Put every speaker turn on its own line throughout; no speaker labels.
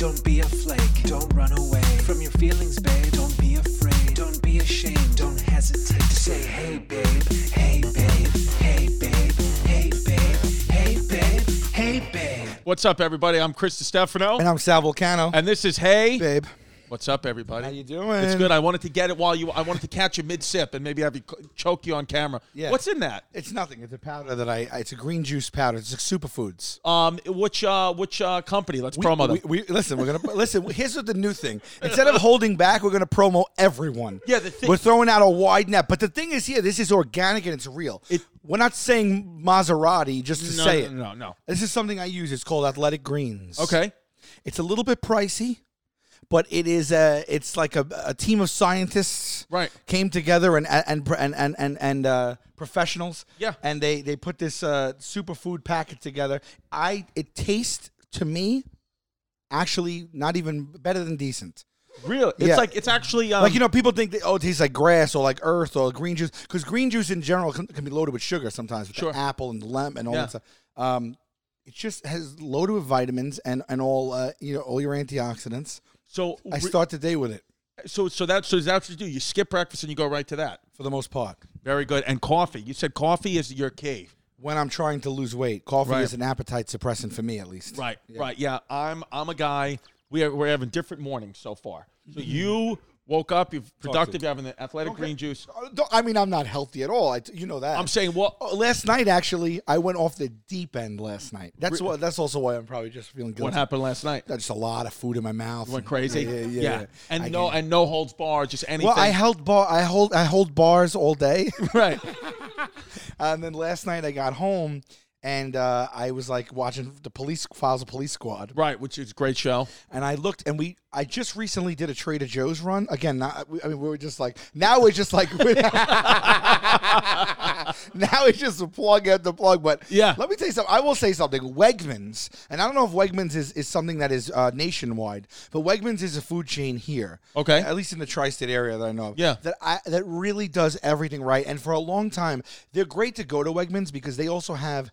a flake. Don't run away from your feelings, babe. Don't be afraid. Don't be ashamed. Don't hesitate to say, hey, babe. Hey, babe. Hey, babe. Hey, babe. Hey, babe. Hey, babe.
What's up, everybody? I'm Chris DiStefano,
And
and,
I'm Sal Volcano.
this is Hey.
Babe.
What's up, everybody?
How you doing?
It's good. I wanted to get it while you. I wanted to catch you mid sip and maybe have you c- choke you on camera.
Yeah.
What's in that?
It's nothing. It's a powder that I, I it's a green juice powder. It's like superfoods.
Um, which uh, which uh company? Let's promo them.
We, we, listen, we're gonna listen. Here's what the new thing. Instead of holding back, we're gonna promo everyone.
Yeah, the thing-
we're throwing out a wide net. But the thing is, here, this is organic and it's real.
It-
we're not saying Maserati just to
No,
say
no,
it.
no, no.
This is something I use. It's called Athletic Greens.
okay.
It's a little bit pricey, but it is a. It's like a, a team of scientists,
Right.
Came together and and and and and, and uh, professionals,
Yeah.
And they they put this uh, superfood packet together. I it tastes to me actually not even better than decent.
Really? It's
Yeah.
like it's actually um,
Like you know, people think that, oh, it tastes like grass or like earth or green juice because green juice in general can, can be loaded with sugar sometimes, with
Sure.
the apple and the lemon and all
Yeah.
that stuff. Um, it just has loaded with vitamins and and all uh, you know all your antioxidants.
So
I
re-
start the day with it
so so that so is that what you do? You skip breakfast and you go right to that.
for the most part.
Very good. And coffee. You said coffee is your key.
When I'm trying to lose weight, coffee
Right.
is an appetite suppressant for me, at least.
Right, right, yeah. I'm I'm a guy. We are we're having different mornings so far. So you woke up, you're productive, you're having the athletic green juice.
Uh, don't- I mean, I'm not healthy at all. I t you know that.
I'm saying what?
Oh, last night, actually, I went off the deep end last night. That's what. That's also why I'm probably just feeling guilty.
What happened last night?
Got Just a lot of food in my mouth.
Went crazy.
Yeah, yeah, yeah. yeah.
And
I
no
can-
and no holds bar, just anything.
well, I held bar. I hold. I hold bars all day.
right.
and then last night I got home and uh, I was like watching the police files, a police squad.
Right, which is a great show.
and I looked, and we. I just recently did a Trader Joe's run again. Not, we- I mean, we were just like now we're just like now it's just a plug after plug. But
Yeah.
let me tell you something. I will say something. Wegmans, and I don't know if Wegmans is is something that is uh, nationwide, but Wegmans is a food chain here.
Okay.
at least in the tri-state area that I know of.
Yeah.
that I that really does everything right. And for a long time, they're great to go to Wegmans because they also have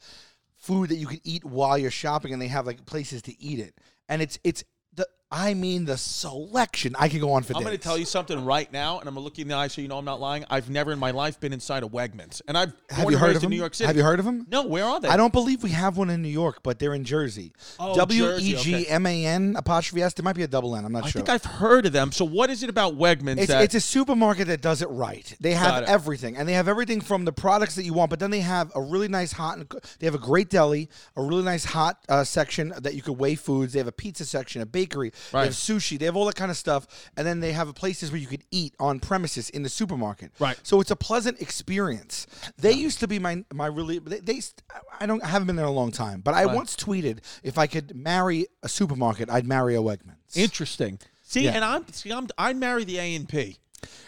food that you can eat while you're shopping, and they have like places to eat it. And it's it's the I mean the selection. I could go on for
I'm
days.
going to tell you something right now, and I'm going to look you in the eye so you know I'm not lying. I've never in my life been inside a Wegmans, and I've
Have
born and
you heard
raised
of
in
them?
New York City.
Have you heard of them?
No, where are they?
I don't believe we have one in New York, but they're in Jersey.
Oh,
W
Jersey,
e
okay.
g m a n apostrophe s. There might be a double N. I'm not
I
sure.
think I've heard of them. So what is it about Wegmans
It's,
that
it's a supermarket that does it right. They
Got
have
it.
everything, and they have everything from the products that you want. But then they have a really nice hot. And, they have a great deli, a really nice hot uh, section that you could weigh foods. They have a pizza section, a bakery.
Right.
They have sushi. They have all that kind of stuff, and then they have places where you could eat on premises in the supermarket.
Right.
So it's a pleasant experience. They used to be my my really. They, they st- I don't I haven't been there in a long time, but I once tweeted if I could marry a supermarket, I'd marry a Wegmans.
interesting? See,
Yeah.
and I'm see, I'm I marry the A and P.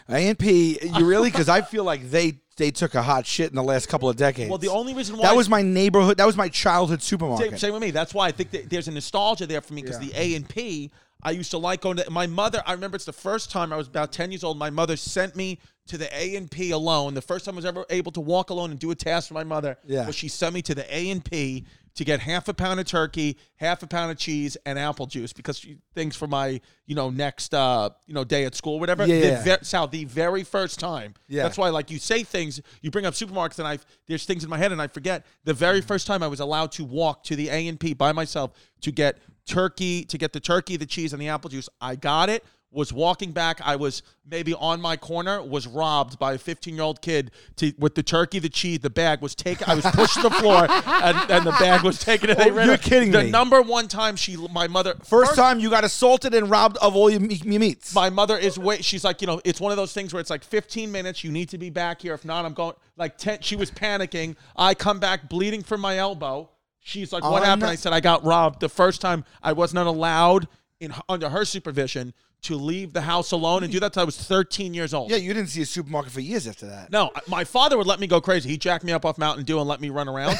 A and P, you really? Because I feel like they they took a hot shit in the last couple of decades.
Well, the only reason why
that was my neighborhood. That was my childhood supermarket.
Same, same with me. That's why I think that there's a nostalgia there for me because
Yeah.
the A and P. I used to like going to my mother. I remember it's the first time I was about ten years old. My mother sent me to the A and P alone. The first time I was ever able to walk alone and do a task for my mother
Yeah.
was she sent me to the A and P to get half a pound of turkey, half a pound of cheese, and apple juice because she, things for my you know next uh, you know day at school, whatever.
Yeah,
The
yeah.
ve- Sal, the very first time.
Yeah.
That's why, like, you say things, you bring up supermarkets, and I there's things in my head, and I forget. The very first time I was allowed to walk to the A and P by myself to get turkey, to get the turkey, the cheese, and the apple juice. I got it. Was walking back. I was maybe on my corner. Was robbed by a 15 year old kid to, with the turkey, the cheese, the bag was taken. I was pushed to the floor, and, and the bag was taken. And they
Oh,
ran
you're
away.
kidding
the
me.
number one time she, my mother,
First time you got assaulted and robbed of all your, me- me- meats.
my mother is wait. She's like, you know, it's one of those things where it's like 15 minutes. You need to be back here. If not, I'm going. Like 10. She was panicking. I come back bleeding from my elbow. She's like, what
Oh,
happened?
no.
I said I got robbed. The first time I was not allowed in under her supervision to leave the house alone and do that. Till I was 13 years old.
yeah, you didn't see a supermarket for years after that.
No, my father would let me go crazy. He jacked me up off Mountain Dew and let me run around.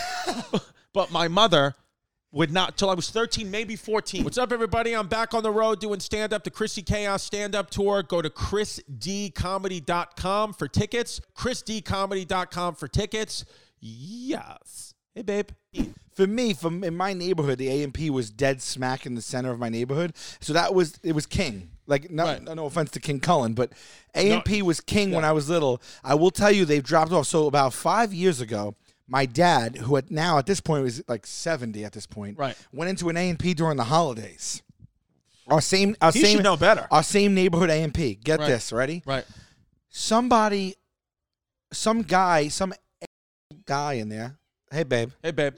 but my mother would not till I was 13, maybe 14. What's up, everybody? I'm back on the road doing stand up to Chrissy Chaos stand up tour. Go to chrisdcomedy.com for tickets. chrisdcomedy.com for tickets. Yes. Hey, babe.
for me, from in my neighborhood, the AMP was dead smack in the center of my neighborhood. So that was it was king. Like no,
Right.
no offense to King Cullen, but AMP was king when I was little. I will tell you they've dropped off. So about five years ago, my dad, who at now at this point was like seventy at this point,
Right.
went into an AMP during the holidays. Our same, our
He
same,
should know better.
Our same neighborhood AMP. Get
Right.
this, ready?
Right.
Somebody, some guy, some guy in there. Hey, babe,
Hey, babe.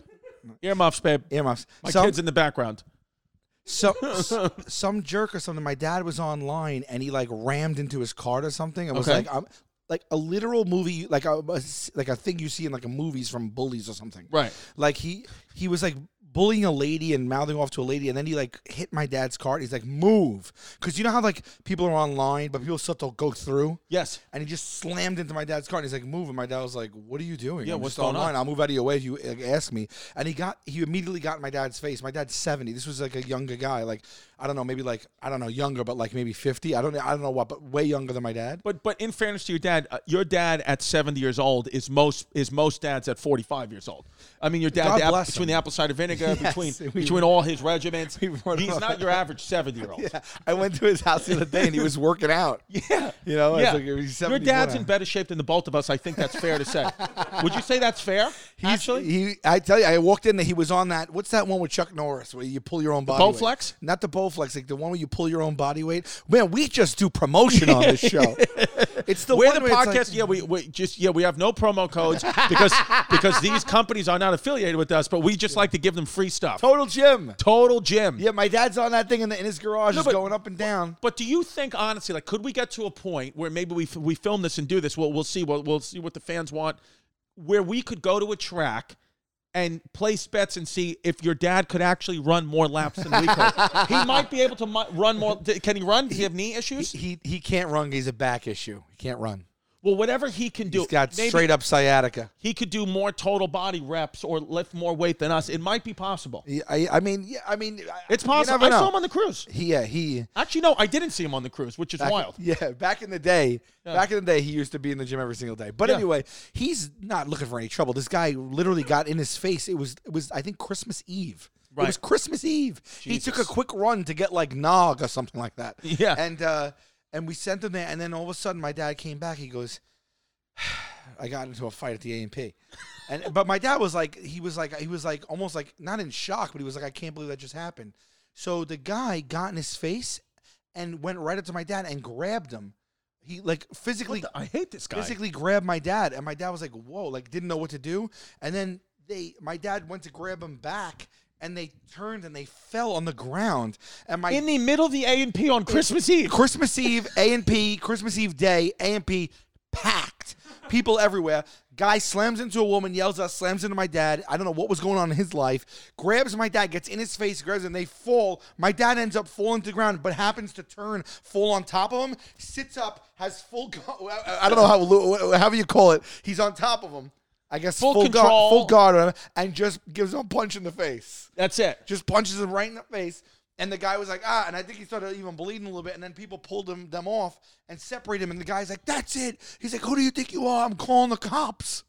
Earmuffs, babe.
earmuffs.
My
some,
kid's in the background.
some s- some jerk or something. My dad was online and he like rammed into his cart or something. and was
Okay.
like, um, like a literal movie, like a, a s- like a thing you see in like a movies from bullies or something.
Right.
Like he he was like bullying a lady and mouthing off to a lady, and then he like hit my dad's cart. He's like, move, because you know how like people are online, but people still have to go through.
Yes.
And he just slammed into my dad's car, and he's like, "Move!" And my dad was like, "What are you doing?
Yeah,
I'm
what's
just
going
online.
on?"
I'll move out of your way if you like, ask me." And he got, he immediately got in my dad's face. My dad's seventy. This was like a younger guy, like I don't know, maybe like I don't know, younger, but like maybe fifty. I don't, know, I don't know what, but way younger than my dad.
But but in fairness to your dad, uh, your dad at 70 years old is most is most dads at 45 years old. I mean, your dad
God
the app-
bless
between
him.
the apple cider vinegar,
Yes,
between
we-
between all his regiments, he's
brought him up.
not your average 70 year old.
Yeah, I went to his house the other day, and he was working out.
Yeah.
You know, it's
yeah.
like it was
your
74
dad's
now.
in better shape than the both of us. I think that's fair to say. Would you say that's fair?
He's,
actually,
he, I tell you, I walked in there. He was on that. What's that one with Chuck Norris where you pull your own body? weight?
Bowflex?
Not the Bowflex, like the one where you pull your own body weight. Man, we just do promotion on this show. It's the
We're
one
the
where it's like-
podcast. yeah, we, we just yeah we have no promo codes because because these companies are not affiliated with us, but we just like to give them free stuff.
Total Gym.
Total Gym.
Yeah, my dad's on that thing in, the, in his garage,
No,
just
but-
going up and down.
But do you think honestly, like, could we get to a point where maybe we f- we film this and do this? We'll we'll see. We'll, we'll see what the fans want. Where we could go to a track and place bets and see if your dad could actually run more laps than we could. he might be able to mu- run more. d- Can he run? Does he have knee issues?
He he can't run. He's a back issue. He can't run.
Well, whatever he can do,
He's got
maybe
straight up sciatica.
he could do more total body reps or lift more weight than us. It might be possible.
Yeah, I, I mean, yeah, I mean, I-
It's
you
possible.
never
I saw
know.
him on the cruise.
He, yeah, he.
Actually, no, I didn't see him on the cruise, which is
Back-
wild.
Yeah, back in the day, back in the day, he used to be in the gym every single day. But anyway, he's not looking for any trouble. This guy literally got in his face. It was it was I think Christmas Eve. It was
Right.
Christmas Eve. He took a
Jesus.
quick run to get like nog or something like that.
Yeah.
and uh, and we sent him there, and then all of a sudden, my dad came back. He goes. I got into a fight at the A and P, and but my dad was like, he was like, he was like, almost like not in shock, but he was like, I can't believe that just happened. So the guy got in his face and went right up to my dad and grabbed him. He like physically,
I hate this guy.
physically grabbed my dad, and my dad was like, "Whoa!" Like didn't know what to do. And then they, my dad went to grab him back, and they turned and they fell on the ground. And my
in the middle of the A and P on Christmas Eve.
Christmas Eve, A and P, Christmas Eve day, A and P, packed. People everywhere. Guy slams into a woman, yells out, slams into my dad. I don't know what was going on in his life. Grabs my dad, gets in his face, grabs him. They fall. My dad ends up falling to the ground, but happens to turn, fall on top of him, sits up, has full. Go- I I don't know how however you call it. He's on top of him. I guess
Full
full,
control.
guard, full guard, on him, and just gives him a punch in the face
That's it.
just punches him right in the face. And the guy was like, ah, and I think he started even bleeding a little bit. And then people pulled him, them off and separated him. And the guy's like, that's it. He's like, who do you think you are? I'm calling the cops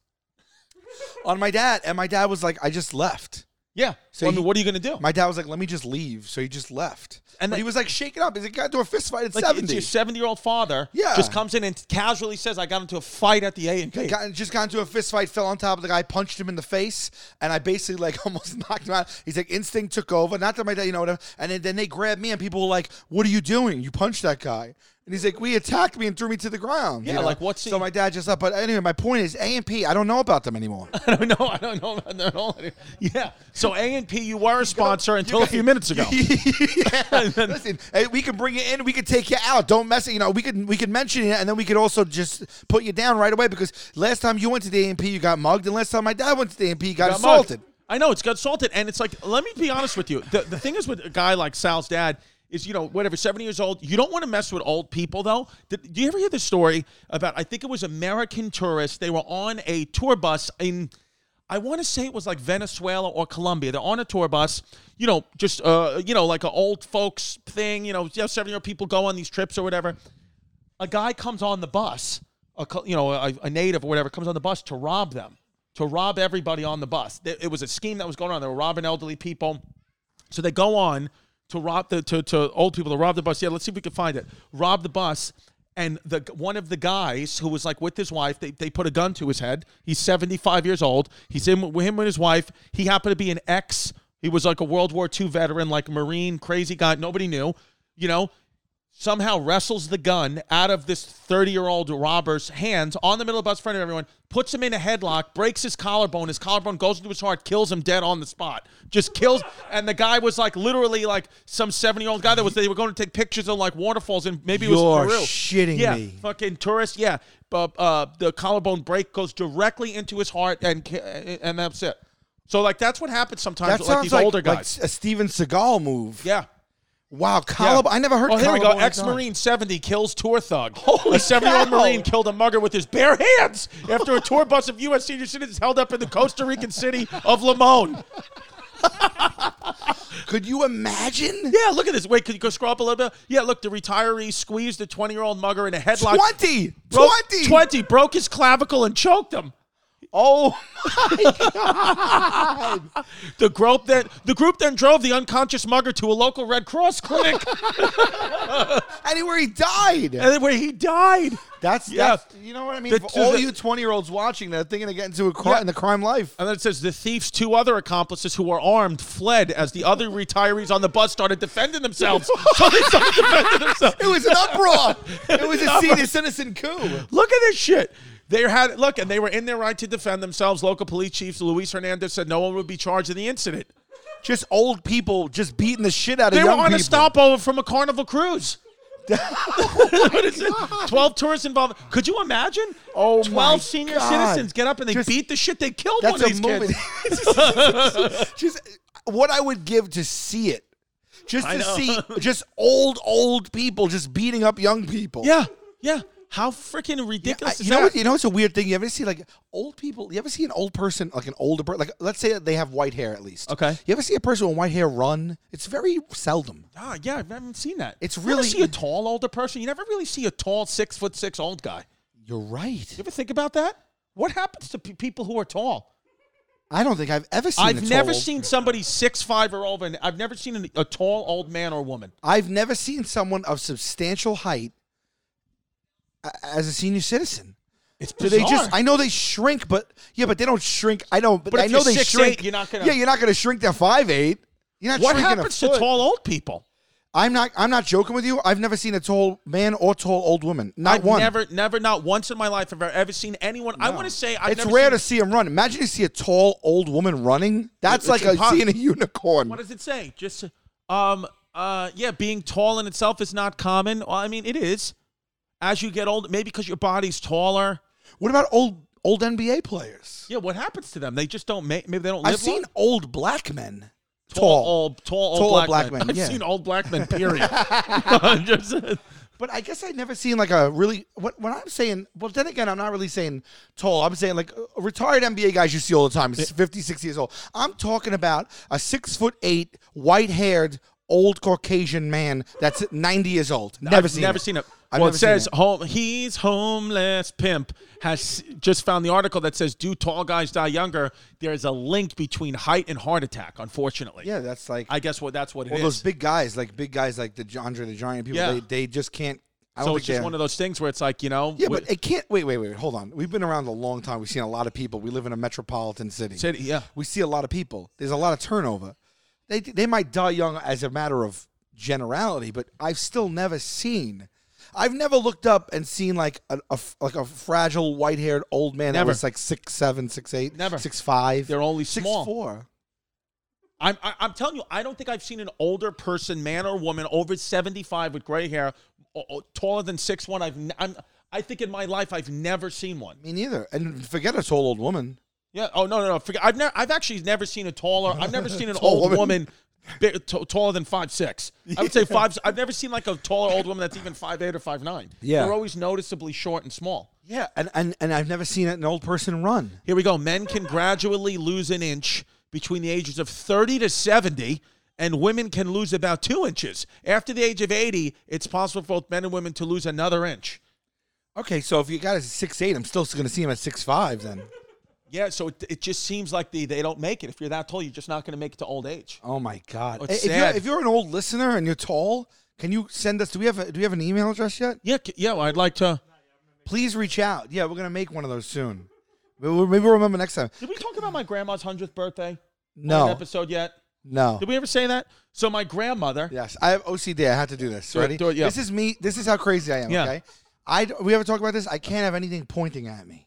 on my dad. And my dad was like, I just left.
Yeah. So I mean,
he-
what are you going to do?
My dad was like, let me just leave. So he just left.
And
And
like-
he was like, shaking up. He's like, got into a fist fight at
like
70.
your seventy-year-old father
Yeah.
just comes in and casually says, "I got into a fight at the A and P."
Got, just got into a fist fight, fell on top of the guy, punched him in the face, and I basically like almost knocked him out. He's like instinct took over, not that my dad, you know whatever. And then, then they grabbed me, and people were like, "What are you doing? You punched that guy." And he's like, "We attacked me and threw me to the ground." you
Yeah,
know?
like, what's he-
so? My dad just up. But anyway, my point is, A and P. I don't know about them anymore.
I don't know. I don't know. I don't know. Yeah. So A and P, you were a sponsor until a few minutes ago.
Yeah. Listen, hey, we can bring you in, we can take you out. Don't mess it. You know, we can we can mention it, and then we could also just put you down right away because last time you went to the AMP, you got mugged, and last time my dad went to the AMP, you got,
Got mugged.
assaulted.
I know it's got salted, and it's like, let me be honest with you. The, the thing is with a guy like Sal's dad is, you know, whatever, seventy years old. You don't want to mess with old people, though. Did, do you ever hear the story about? I think it was American tourists. They were on a tour bus in. I want to say it was like Venezuela or Colombia. They're on a tour bus, you know, just uh, you know, like an old folks thing. You know, seven-year-old people go on these trips or whatever a guy comes on the bus, a, co- you know, a, a native or whatever, comes on the bus to rob them. to rob everybody on the bus. Th- It was a scheme that was going on. They were robbing elderly people. So they go on to rob the to, to old people to rob the bus. Yeah, let's see if we can find it. Rob the bus. And the one of the guys who was like with his wife, they, they put a gun to his head. He's 75 years old. He's in with him and his wife. He happened to be an ex. He was like a World War II veteran, like Marine, crazy guy. Nobody knew. You know, somehow wrestles the gun out of this 30 year old robber's hands on the middle of the bus in front of everyone, puts him in a headlock, breaks his collarbone. His collarbone goes into his heart, kills him dead on the spot. Just kills. And the guy was like literally like some 70 year old guy that was, they were going to take pictures of like waterfalls and maybe it
You're
was Peru.
shitting
yeah,
me.
Fucking tourist. Yeah. But uh, the collarbone break goes directly into his heart and ki- and that's it. So like that's what happens sometimes
That
with
sounds
like these
like,
older
like
guys.
a Steven Seagal move.
yeah.
Wow, collarbone. I never heard.
Oh, here we go.
collarbone like that.
Ex-marine seventy kills tour thug. a seventy-year-old
cow.
marine killed a mugger with his bare hands after a tour bus of U.S. senior citizens held up in the Costa Rican city of Limon.
Could you imagine?
Yeah, look at this. Wait, could you go scroll up a little bit? Yeah, look. The retiree squeezed a twenty-year-old mugger in a headlock.
Twenty.
Broke-
Twenty.
Twenty. Broke his clavicle and choked him.
Oh,
The group then the group then drove the unconscious mugger to a local Red Cross clinic,
anywhere he
and
died.
then where he died.
That's
Yeah.
that's you know what I mean.
The-
For all
the-
you twenty year olds watching, they're thinking of getting into a crime
Yeah.
in the crime life.
And then it says the thief's two other accomplices who were armed fled as the other retirees on the bus started defending themselves. so they started defending themselves.
It was an uproar. it was a senior citizen coup.
Look at this shit. They had look, and they were in their right to defend themselves. Local police chief Luis Hernandez said no one would be charged in the incident.
Just old people just beating the shit out of
They were
young
on a
people.
stopover from a carnival cruise. What is it? Twelve tourists involved. Could you imagine?
Oh my
Twelve senior
God.
citizens get up and they
Just-
beat the shit. They killed one
That's
of
a
these
movie.
kids.
just what I would give to see it. Just
I
to
know.
see just old old people just beating up young people.
Yeah, yeah. How freaking
I-
ridiculous is
you know
that?
what? You know it's a weird thing. You ever see like old people? You ever see an old person like an older person? Like let's say that they have white hair at least.
Okay.
You ever see a person with white hair run? It's very seldom.
Ah, yeah, I haven't seen that.
It's
You ever
really-
see a tall older person. You never really see a tall six foot six old guy.
You're right.
You ever think about that? What happens to pe- people who are tall?
I don't think I've ever seen. a
I've never
tall-
seen somebody six five or over, and I've never seen an, a tall old man or woman.
I've never seen someone of substantial height a- as a senior citizen.
It's
Do
bizarre.
they just? I know they shrink, but yeah, but they don't shrink. I know, but,
But if
I know
you're
they
6'8",
shrink.
you're not gonna-
Yeah, you're not gonna shrink to five eight. You're not
what
shrinking
happens
a
to
foot.
tall old people?
I'm not. I'm not joking with you. I've never seen a tall man or tall old woman. Not
I've
one.
never, never, not once in my life have I ever seen anyone. I want to say I've
it's
never
rare
seen-
to see him run. Imagine you see a tall old woman running. That's
It's
like a,
impossible.
seeing a unicorn.
What does it say? Just um uh yeah, being tall in itself is not common. Well, I mean it is. As you get older, maybe because your body's taller.
what about old old NBA players?
Yeah, what happens to them? They just don't make. Maybe they don't.
I've
live
seen
long.
old black men.
tall,
Tall.
old, tall, old
Tall
black,
black
men.
men,
I've
yeah.
seen old black men. Period. Just- uh,
But I guess I've never seen like a really. What when I'm saying, well, then again, I'm not really saying tall. I'm saying like uh, retired NBA guys you see all the time, 50, 60 years old. I'm talking about a six foot eight, white haired, old Caucasian man that's 90 years old. Never
I've
seen.
never
it.
seen it.
I've
well, it
never seen
says
it.
home. He's homeless pimp has just found the article that says do tall guys die younger? There is a link between height and heart attack. Unfortunately,
Yeah, that's like
I guess what that's what it is.
well, those big guys, like big guys, like the Gi- Andre the Giant people.
Yeah.
They, they just can't. I don't
so
think
it's just
they're-
one of those things where it's like you know.
Yeah,
we-
but it can't. Wait, wait, wait. Hold on. We've been around a long time. We've seen a lot of people. We live in a metropolitan city.
City, yeah.
We see a lot of people. There's a lot of turnover. They they might die young as a matter of generality, but I've still never seen. I've never looked up and seen like a, a f- like a fragile white haired old man
Never.
that was like six seven, six eight,
Never.
six five.
They're only
six
small.
four.
I'm, I- I'm telling you, I don't think I've seen an older person, man or woman, over 75 with gray hair, o- o- taller than six one. I've n- I'm, I think in my life I've never seen one.
Me neither. And forget a tall old woman.
Yeah. Oh no no no. Forget. I've never. I've actually never seen a taller. I've never seen an
Tall
old
woman.
woman. bi- t- taller than five six, I would say five. I've never seen like a taller old woman that's even five eight or five nine.
Yeah.
they're always noticeably short and small.
Yeah, and and and I've never seen an old person run.
Here we go. Men can gradually lose an inch between the ages of 30 to 70, and women can lose about two inches. After the age of 80, it's possible for both men and women to lose another inch.
Okay, so if you got a six eight, I'm still going to see him at six five. Then
Yeah, so it, it just seems like the, they don't make it. If you're that tall, you're just not going to make it to old age.
Oh my god!
it's sad.
if, You're, if you're an old listener and you're tall, can you send us? Do we have a, do we have an email address yet?
Yeah, c- yeah. Well, I'd like to.
Please reach out. Yeah, we're gonna make one of those soon. Maybe we'll, maybe we'll remember next time.
Did we talk about my grandma's hundredth birthday? On an
No,
episode yet?
no.
Did we ever say that? So my grandmother.
Yes, I have OCD. I have to do this.
it,
Ready?
do it, yeah.
This is me. This is how crazy I am.
Yeah.
Okay. I d- we ever talk about this? I can't have anything pointing at me.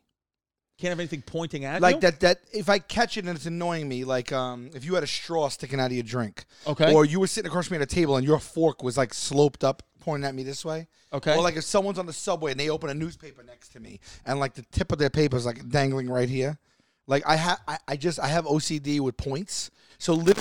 Can't have anything pointing at
like
you?
that that if I catch it and it's annoying me, like um if you had a straw sticking out of your drink.
Okay.
Or you were sitting across from me at a table and your fork was like sloped up, pointing at me this way.
Okay.
Or like if someone's on the subway and they open a newspaper next to me and like the tip of their paper is like dangling right here. Like I have I, I just I have OCD with points. So literally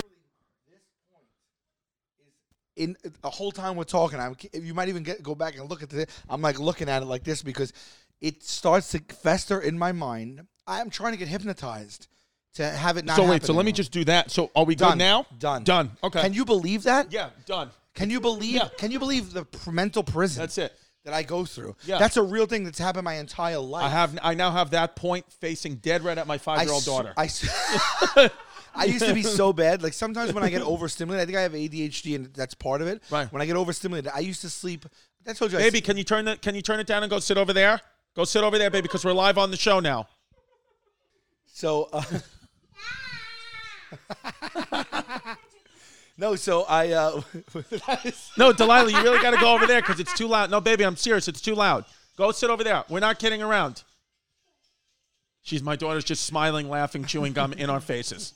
in the whole time we're talking, I'm you might even get, go back and look at it. I'm like looking at it like this because it starts to fester in my mind. I'm trying to get hypnotized to have it not.
So wait.
happen
So let me
anymore.
just do that. So are we
done
good now?
Done.
Done. Okay.
Can you believe that?
yeah. Done.
Can you believe?
Yeah.
Can you believe the pr- mental prison?
That's it.
That I go through.
Yeah.
That's a real thing that's happened my entire life.
I have. I now have that point facing dead right at my
I
five-year-old
s-
daughter.
I, s- I used to be so bad. Like sometimes when I get overstimulated, I think I have ADHD and that's part of it.
Right.
When I get overstimulated, I used to sleep. I told you, I
baby, can you turn the Can you turn it down and go sit over there? Go sit over there, baby, because we're live on the show now.
So, uh, no, so I, uh, that is-
No, Delilah, you really got to go over there because it's too loud. No, baby, I'm serious. It's too loud. Go sit over there. We're not kidding around. She's my daughter's just smiling, laughing, chewing gum in our faces.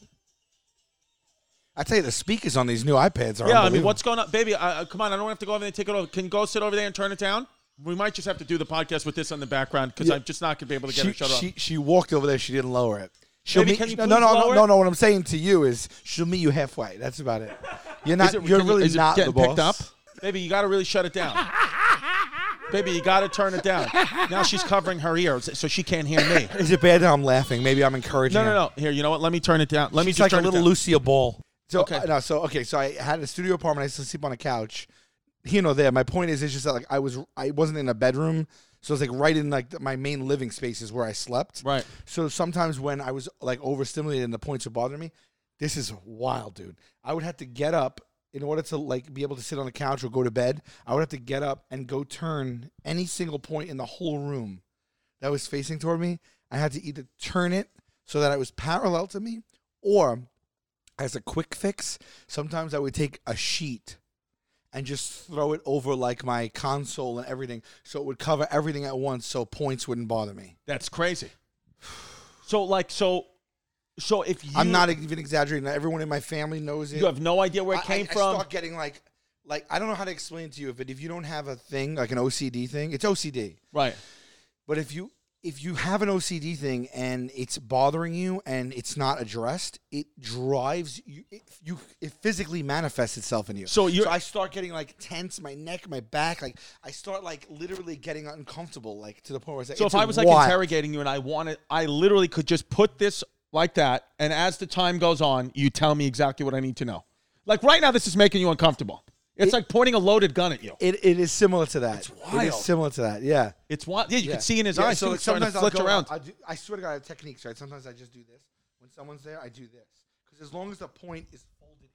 I tell you, the speakers on these new
Yeah,
iPads are
I mean,
unbelievable.
what's going on, baby? I, I- come on, I don't have to go over there and take it over. Can you go sit over there and turn it down? We might just have to do the podcast with this on the background because I'm just not gonna be able to get
she,
it shut
she,
off.
she walked over there. She didn't lower it. She'll
Baby,
meet-
can you
no, no,
please
no,
lower
no,
it?
no. What I'm saying to you is, she'll meet you halfway. That's about it. You're not.
Is it-
you're
can you-
really
is it
not the
getting
boss.
picked up? Baby, you got to really shut it down. baby, you got to turn it down. Now she's covering her ears so she can't hear me.
Is it bad that I'm laughing? Maybe I'm encouraging.
No,
her.
no, no. Here, you know what? Let me turn it down. Let me
She's
just
like a
turn it
little
down.
Lucia Ball. So
Okay.
okay, no, so okay, so I had a studio apartment. I used to sleep on a couch, here and there. My point is, it's just that like I was, I wasn't in a bedroom, so it's like right in like my main living space is where I slept.
Right.
So sometimes when I was like overstimulated and the points would bother me, this is wild, dude. I would have to get up in order to like be able to sit on the couch or go to bed. I would have to get up and go turn any single point in the whole room that was facing toward me. I had to either turn it so that it was parallel to me, or as a quick fix, sometimes I would take a sheet and just throw it over like my console and everything, so it would cover everything at once, so points wouldn't bother me.
That's crazy. So like so so if you
I'm not even exaggerating. Everyone in my family knows it.
you have no idea where
I-
it came
I, I
from.
start getting like, like I don't know how to explain to you, but if you don't have a thing like an OCD thing, it's OCD.
right.
But if you if you have an OCD thing and it's bothering you and it's not addressed, it drives you. It, you it physically manifests itself in you.
So you're-
I start getting like tense, my neck, my back. Like I start like literally getting uncomfortable, like to the point where it's like,
So
it's
if I was like
wild.
interrogating you and I wanted I literally could just put this like that and as the time goes on you tell me exactly what I need to know. Like right now this is making you uncomfortable. It's like pointing a loaded gun at you.
It, it is similar to that. It
wild.
is similar to that. Yeah.
It's wild. Yeah, you
Yeah.
can see in his
Yeah,
eyes.
so
too.
like,
It's starting to
sometimes I'll
flinch
go-
around.
I, do, I swear to God, I have techniques, right? Sometimes I just do this. When someone's there, I do this. Because as long as the point is folded in,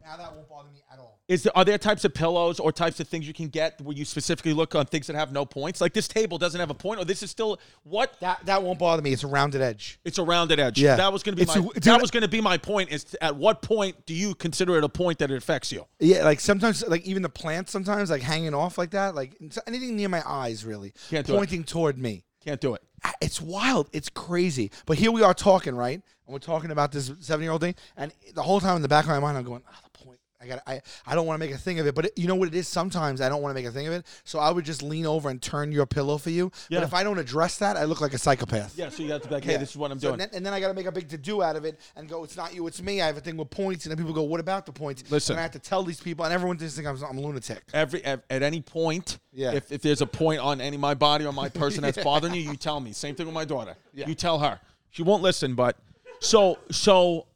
now that won't bother me at all.
Is there, are there types of pillows or types of things you can get where you specifically look on things that have no points? Like this table doesn't have a point, or this is still what
That that won't bother me. It's a rounded edge.
It's a rounded edge.
Yeah.
that was going to be
It's
my
a- dude,
that
I-
was going to be my point. Is at what point do you consider it a point that it affects you?
Yeah, like sometimes, like even the plants, sometimes like hanging off like that, like it's anything near my eyes, really,
Can't do it.
pointing toward me.
Can't do it.
I- It's wild. It's crazy. But here we are talking, right? And we're talking about this seven-year-old thing. And the whole time in the back of my mind, I'm going, "Ah, the point. I got. I. I don't want to make a thing of it. But it, you know what it is? Sometimes I don't want to make a thing of it. So I would just lean over and turn your pillow for you.
Yeah.
But if I don't address that, I look like a psychopath.
Yeah, so you have to be like, hey,
Yeah.
this is what I'm
So
doing.
then- and then I got to make a big to do out of it and go, it's not you, it's me. I have a thing with points. And then people go, what about the points?
Listen.
And I have to tell these people, and everyone just thinks I'm, I'm a lunatic.
Every at, at any point,
Yeah.
if, if there's a point on any my body or my person that's bothering you, you tell me. Same thing with my daughter. You tell her. She won't listen, but so so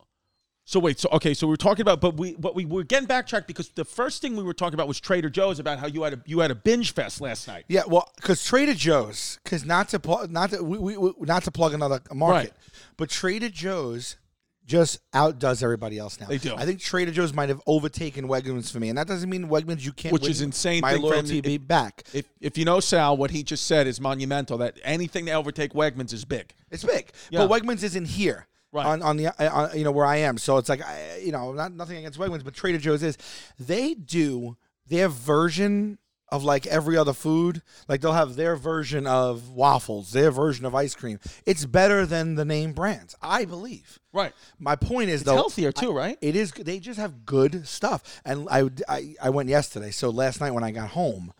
So wait, so okay, so we were talking about, but we but we were getting backtracked because the first thing we were talking about was Trader Joe's about how you had a you had a binge fest last night.
Yeah, well, because Trader Joe's, because not to pl- not to we, we, we- not to plug another market,
Right.
but Trader Joe's just outdoes everybody else now.
They do.
I think Trader Joe's might have overtaken Wegmans for me, and that doesn't mean Wegmans you can't.
Which
win
is insane
My
thing for
loyalty
him to-
be back.
If if you know Sal, what he just said is monumental. That anything to overtake Wegmans is big.
It's big,
Yeah.
but Wegmans isn't here.
Right.
On, on the uh, on, you know where I am, so it's like I, you know not nothing against Wegmans, but Trader Joe's is they do their version of like every other food. Like they'll have their version of waffles, their version of ice cream. It's better than the name brands, I believe.
Right.
My point is though,
healthier too, right?
it is they just have good stuff. And I, would- I I went yesterday, so last night when I got home,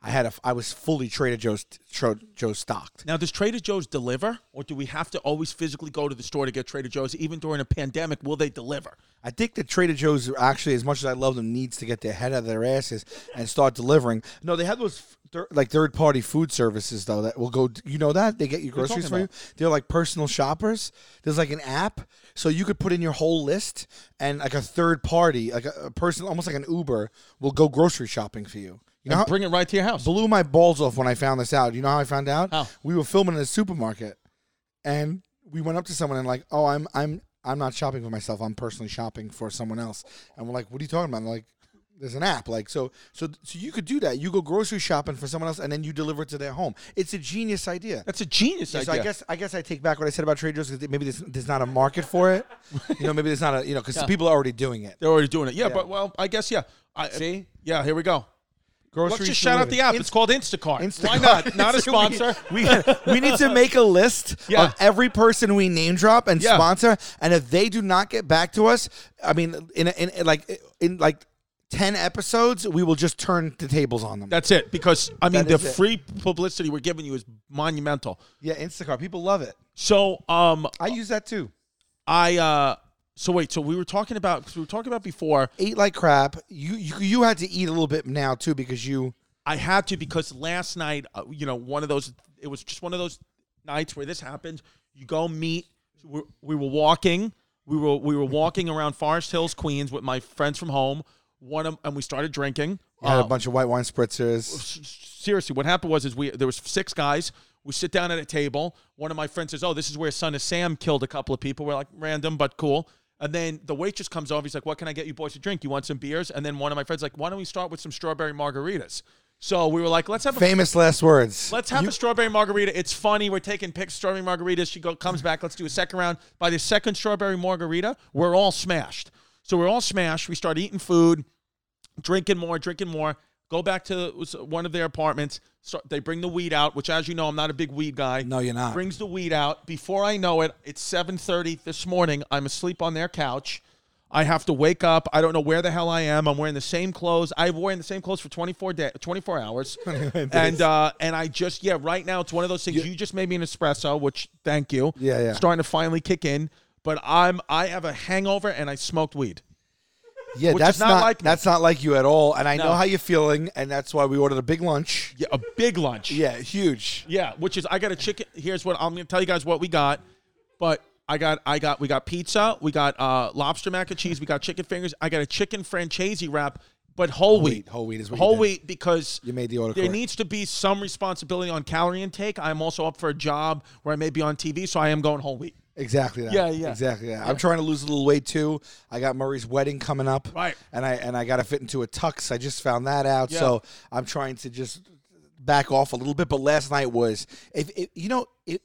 I had a I was fully Trader Joe's Tro- Joe's stocked.
Now, does Trader Joe's deliver, or do we have to always physically go to the store to get Trader Joe's? Even during a pandemic, will they deliver?
I think that Trader Joe's actually, as much as I love them, needs to get their head out of their asses and start delivering. No, they have those f- thir- like third party food services though that will go. You know that they get you groceries
talking
for you. They're like personal shoppers. There's like an app, so you could put in your whole list, and like a third party, like a, a person, almost like an Uber, will go grocery shopping for you. You know, how-
And bring it right to your house.
blew my balls off when I found this out. You know how I found out?
How?
We were filming in a supermarket, and we went up to someone and like, oh, I'm I'm I'm not shopping for myself. I'm personally shopping for someone else. And we're like, what are you talking about? And like, there's an app. Like, so so so you could do that. You go grocery shopping for someone else, and then you deliver it to their home. It's a genius idea.
That's a genius
So
idea.
I guess I guess I take back what I said about Trader Joe's because maybe there's, there's not a market for it. you know, maybe there's not a you know because people are already doing it.
they're already doing it. Yeah, but well, I guess yeah. I, See, yeah, here we go.
Grocery
Let's just shout out the app. it's called Instacart.
Instacart.
Why not? Not a
So we-
sponsor.
We, we need to make a list
Yeah.
of every person we name drop and
Yeah.
sponsor, and if they do not get back to us, I mean, in, in, in like in like ten episodes, we will just turn the tables on them.
That's it. Because I mean,
That
the
is it.
free publicity we're giving you is monumental.
yeah, Instacart people love it.
So, um,
I use that too.
I uh, so wait. So we were talking about 'cause we were talking about before.
Ate like crap. You you, you had to eat a little bit now too because you
I had to because last night, uh, you know, one of those, it was just one of those nights where this happened. You go meet, we we were walking, we were we were walking around Forest Hills, Queens, with my friends from home. One of, and we started drinking.
had
Uh,
a bunch of white wine spritzers.
s- seriously, what happened was is we there was six guys. We sit down at a table. One of my friends says, "Oh, this is where Son of Sam killed a couple of people." We're like, random but cool. And then the waitress comes over. He's like, "What can I get you boys to drink? You want some beers?" And then one of my friends like, "Why don't we start with some strawberry margaritas?" So we were like, "Let's have a
Famous last words.
Let's have a strawberry margarita. It's funny. We're taking picks strawberry margaritas. She go, comes back. Let's do a second round. By the second strawberry margarita, we're all smashed. So we're all smashed. We start eating food, drinking more, drinking more. Go back to one of their apartments. Start, they bring the weed out, which, as you know, I'm not a big weed guy.
No, you're not.
Brings the weed out. Before I know it, it's 7:30 this morning. I'm asleep on their couch. I have to wake up. I don't know where the hell I am. I'm wearing the same clothes. I've wearing the same clothes for 24 day, 24 hours. and uh, and I just yeah, right now it's one of those things. You just made me an espresso, which thank you.
Yeah, yeah.
Starting to finally kick in, but I'm I have a hangover and I smoked weed.
yeah,
which
that's
is not like me.
that's not like you at all. And I
No.
know how you're feeling, and that's why we ordered a big lunch.
Yeah, a big lunch.
Yeah, huge.
Yeah, which is I got a chicken. Here's what I'm gonna tell you guys what we got, but I got I got we got pizza, we got uh, lobster mac and cheese, we got chicken fingers, I got a chicken franchise wrap, but whole, wheat.
wheat, whole wheat is what you
whole
did.
wheat because
You made the order
There
correct.
needs to be some responsibility on calorie intake. I'm also up for a job where I may be on TV, so I am going whole wheat.
Exactly that.
Yeah, yeah.
Exactly that. I'm trying to lose a little weight too. I got Murray's wedding coming up.
Right.
And I and I got to fit into a tux. I just found that out.
Yeah.
So I'm trying to just back off a little bit. But last night was if, if you know if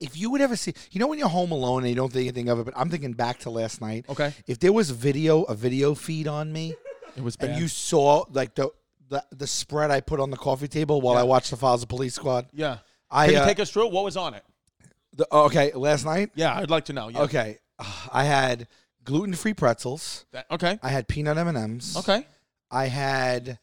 if you would ever see you know when you're home alone and you don't think anything of it. But I'm thinking back to last night.
Okay.
If there was video a video feed on me,
It was
and you saw like the. The, the spread I put on the coffee table while I watched the Files of Police Squad.
yeah.
I,
Can you
uh,
take us through what was on it?
The, oh, okay, last night.
Yeah, I'd like to know. Yeah.
Okay, I had gluten-free pretzels.
That- okay.
I had peanut M and M's.
Okay.
I had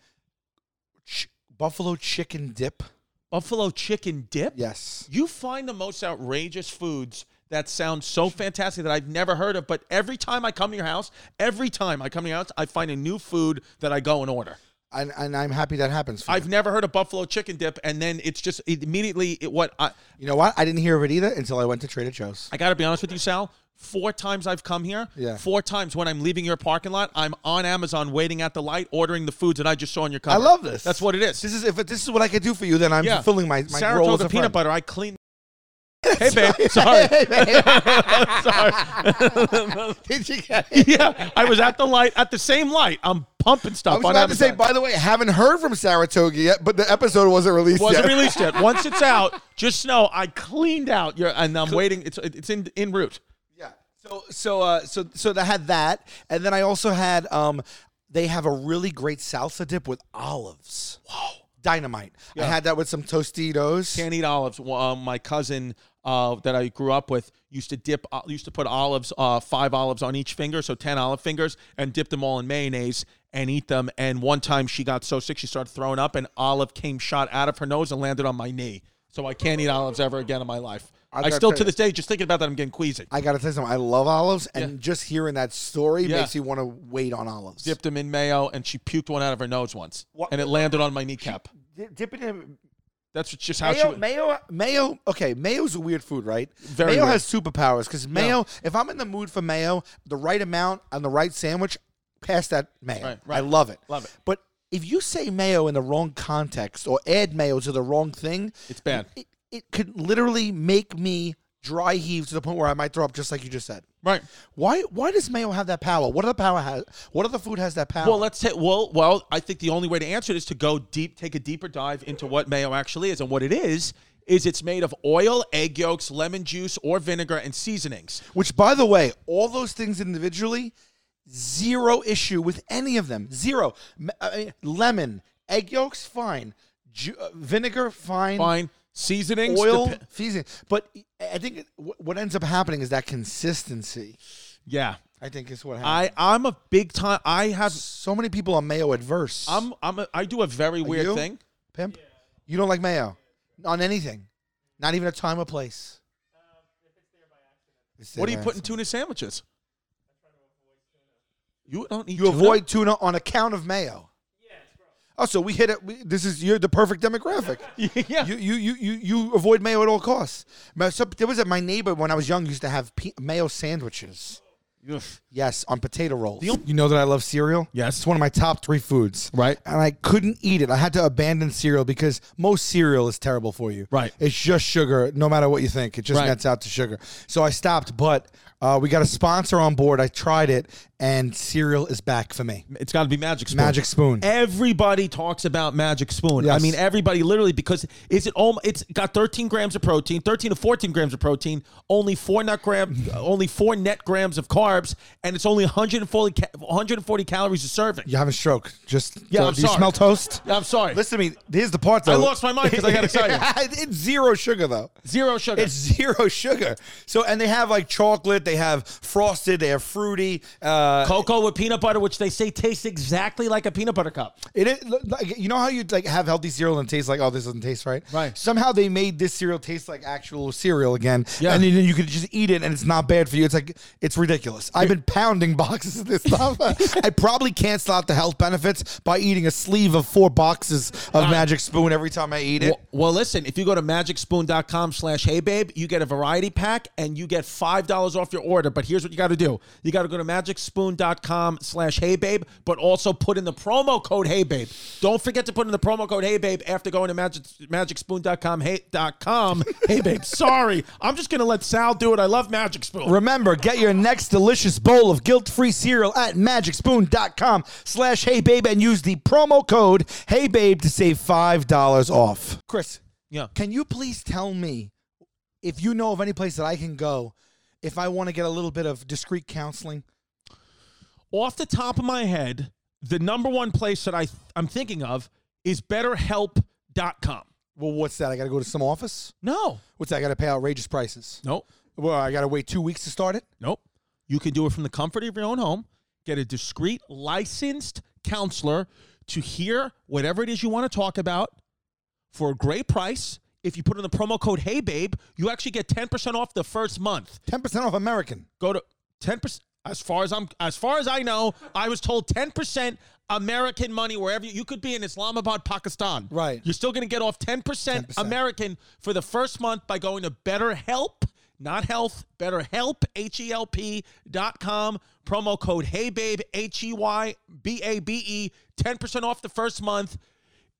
ch- buffalo chicken dip.
Buffalo chicken dip.
Yes.
You find the most outrageous foods that sound so fantastic that I've never heard of, but every time I come to your house, every time I come to your house, I find a new food that I go and order.
and, and I'm happy that happens. For
I've
you.
never heard of buffalo chicken dip, and then it's just it immediately it, what I,
you know what? I didn't hear of it either until I went to Trader Joe's.
I got to be honest with you, Sal. Four times I've come here.
Yeah.
Four times when I'm leaving your parking lot, I'm on Amazon waiting at the light, ordering the foods that I just saw in your
I
cupboard.
love this.
That's what it is.
This is if this is what I could do for you, then I'm
yeah.
fulfilling my, my
Saratoga
role as a
peanut
friend.
butter. I clean. hey babe, sorry. sorry.
Did you get it?
yeah, I was at the light at the same light. I'm pumping stuff.
I was
on
about to say.
Amazon.
By the way, haven't heard from Saratoga yet, but the episode wasn't released
wasn't
yet.
released yet. Once it's out, just know I cleaned out your and I'm waiting. It's it's in in route.
Yeah. So so uh so so I had that, and then I also had um they have a really great salsa dip with olives. Wow. Dynamite. I had that with some Tostitos.
Can't eat olives. Well, Um, my cousin uh, that I grew up with used to dip uh, used to put olives, uh, five olives on each finger, so ten olive fingers, and dip them all in mayonnaise and eat them. And one time she got so sick she started throwing up, and olive came shot out of her nose and landed on my knee. So I can't eat olives ever again in my life.
I
I
gotta
still
tell
to
you-
this day just thinking about that I'm getting queasy.
I gotta tell you something. I love olives, and just hearing that story
Yeah.
makes you want to wait on olives.
Dipped them in mayo, and she puked one out of her nose once,
What-
and it landed on my kneecap.
Dip it in
That's just how she.
mayo. Mayo. Mayo. Okay, mayo's a weird food, right?
Very
mayo
weird.
has superpowers because mayo. If I'm in the mood for mayo, the right amount on the right sandwich, pass that mayo.
Right, right.
I love it.
Love it.
But if you say mayo in the wrong context or add mayo to the wrong thing,
It's bad.
It, it could literally make me dry heave to the point where I might throw up, just like you just said.
Right.
Why? Why does mayo have that power? What other power has? What other food has that power?
Well, let's hit. Well, well, I think the only way to answer it is to go deep, take a deeper dive into what mayo actually is, and what it is is it's made of oil, egg yolks, lemon juice, or vinegar, and seasonings.
Which, by the way, all those things individually, zero issue with any of them. Zero. M- uh, I mean, lemon, egg yolks, fine. Ju- uh, vinegar, fine.
Fine, seasonings,
Oil,
depe-
season. But e, I I think wh- what ends up happening is that consistency.
yeah,
I think is what happens.
I I'm a big time. I have
so many people are mayo adverse.
I'm I'm a, I do a very weird
you?
thing.
pimp. You don't like mayo on anything, not even a time or place. It's
What do
there
you
by
put in
accident.
tuna sandwiches? You don't eat.
You
tuna?
avoid tuna on account of mayo. Oh, so we hit it. We, this is you're the perfect demographic.
yeah.
You, you you you you avoid mayo at all costs. My- so- There was a, my neighbor when I was young used to have pe- mayo sandwiches. Yes, on potato rolls. you know that I love cereal.
Yes.
it's one of my top three foods.
Right.
and I couldn't eat it. I had to abandon cereal because most cereal is terrible for you.
Right.
it's just sugar. No matter what you think, it just
Right.
nets out to sugar. So I stopped. But uh, we got a sponsor on board. I tried it, and cereal is back for me.
It's got to be magic. Spoon.
Magic spoon.
Everybody talks about Magic Spoon. I
Yes.
mean, everybody literally because is it all? It's got 13 grams of protein, 13 to 14 grams of protein, only four net gram, only four net grams of carbs, and it's only 140 ca- 140 calories a serving.
You have a stroke. Just
Yeah,
do
I'm
you
sorry.
smell toast?
I'm sorry.
Listen to me. Here's the part though.
I lost my mind 'cause I got excited.
it's zero sugar though.
Zero sugar.
It's zero sugar. So and they have like chocolate. They have frosted. They have fruity. Uh,
Cocoa with peanut butter, which they say tastes exactly like a peanut butter cup.
it is like you know how you like have healthy cereal and taste like oh this doesn't taste right.
Right.
Somehow they made this cereal taste like actual cereal again.
Yeah.
And then you could just eat it and it's not bad for you. It's like it's ridiculous. I've been pounding boxes of this stuff. I probably cancel out the health benefits by eating a sleeve of four boxes of Magic Spoon every time I eat it.
Well, well, listen, if you go to magicspoon.com slash hey babe, you get a variety pack and you get $5 off your order. But here's what you got to do. You got to go to magicspoon.com slash hey babe, but also put in the promo code hey babe. Don't forget to put in the promo code hey babe after going to magic, magicspoon.com hey, dot com, hey babe. Sorry. I'm just going to let Sal do it. I love Magic Spoon.
Remember, get your next delicious bowl of guilt-free cereal at magicspoon.com slash heybabe and use the promo code heybabe to save $5 off. Chris,
yeah.
can you please tell me if you know of any place that I can go if I want to get a little bit of discreet counseling?
Off the top of my head, the number one place that I, I'm thinking of is betterhelp.com.
Well, what's that? I got to go to some office?
No.
What's that? I got to pay outrageous prices.
Nope.
Well, I got to wait two weeks to start it?
Nope. You can do it from the comfort of your own home. Get a discreet, licensed counselor to hear whatever it is you want to talk about for a great price. If you put in the promo code Hey Babe, you actually get ten percent off the first month.
10% off American.
Go to ten percent. As far as I'm, as far as I know, I was told ten percent American money wherever you, you could be in Islamabad, Pakistan.
Right.
You're still going to get off 10%,
10%.
American for the first month by going to BetterHelp, not health, BetterHelp, H E L P dot com, promo code HeyBabe, H E Y B A B E, 10% off the first month.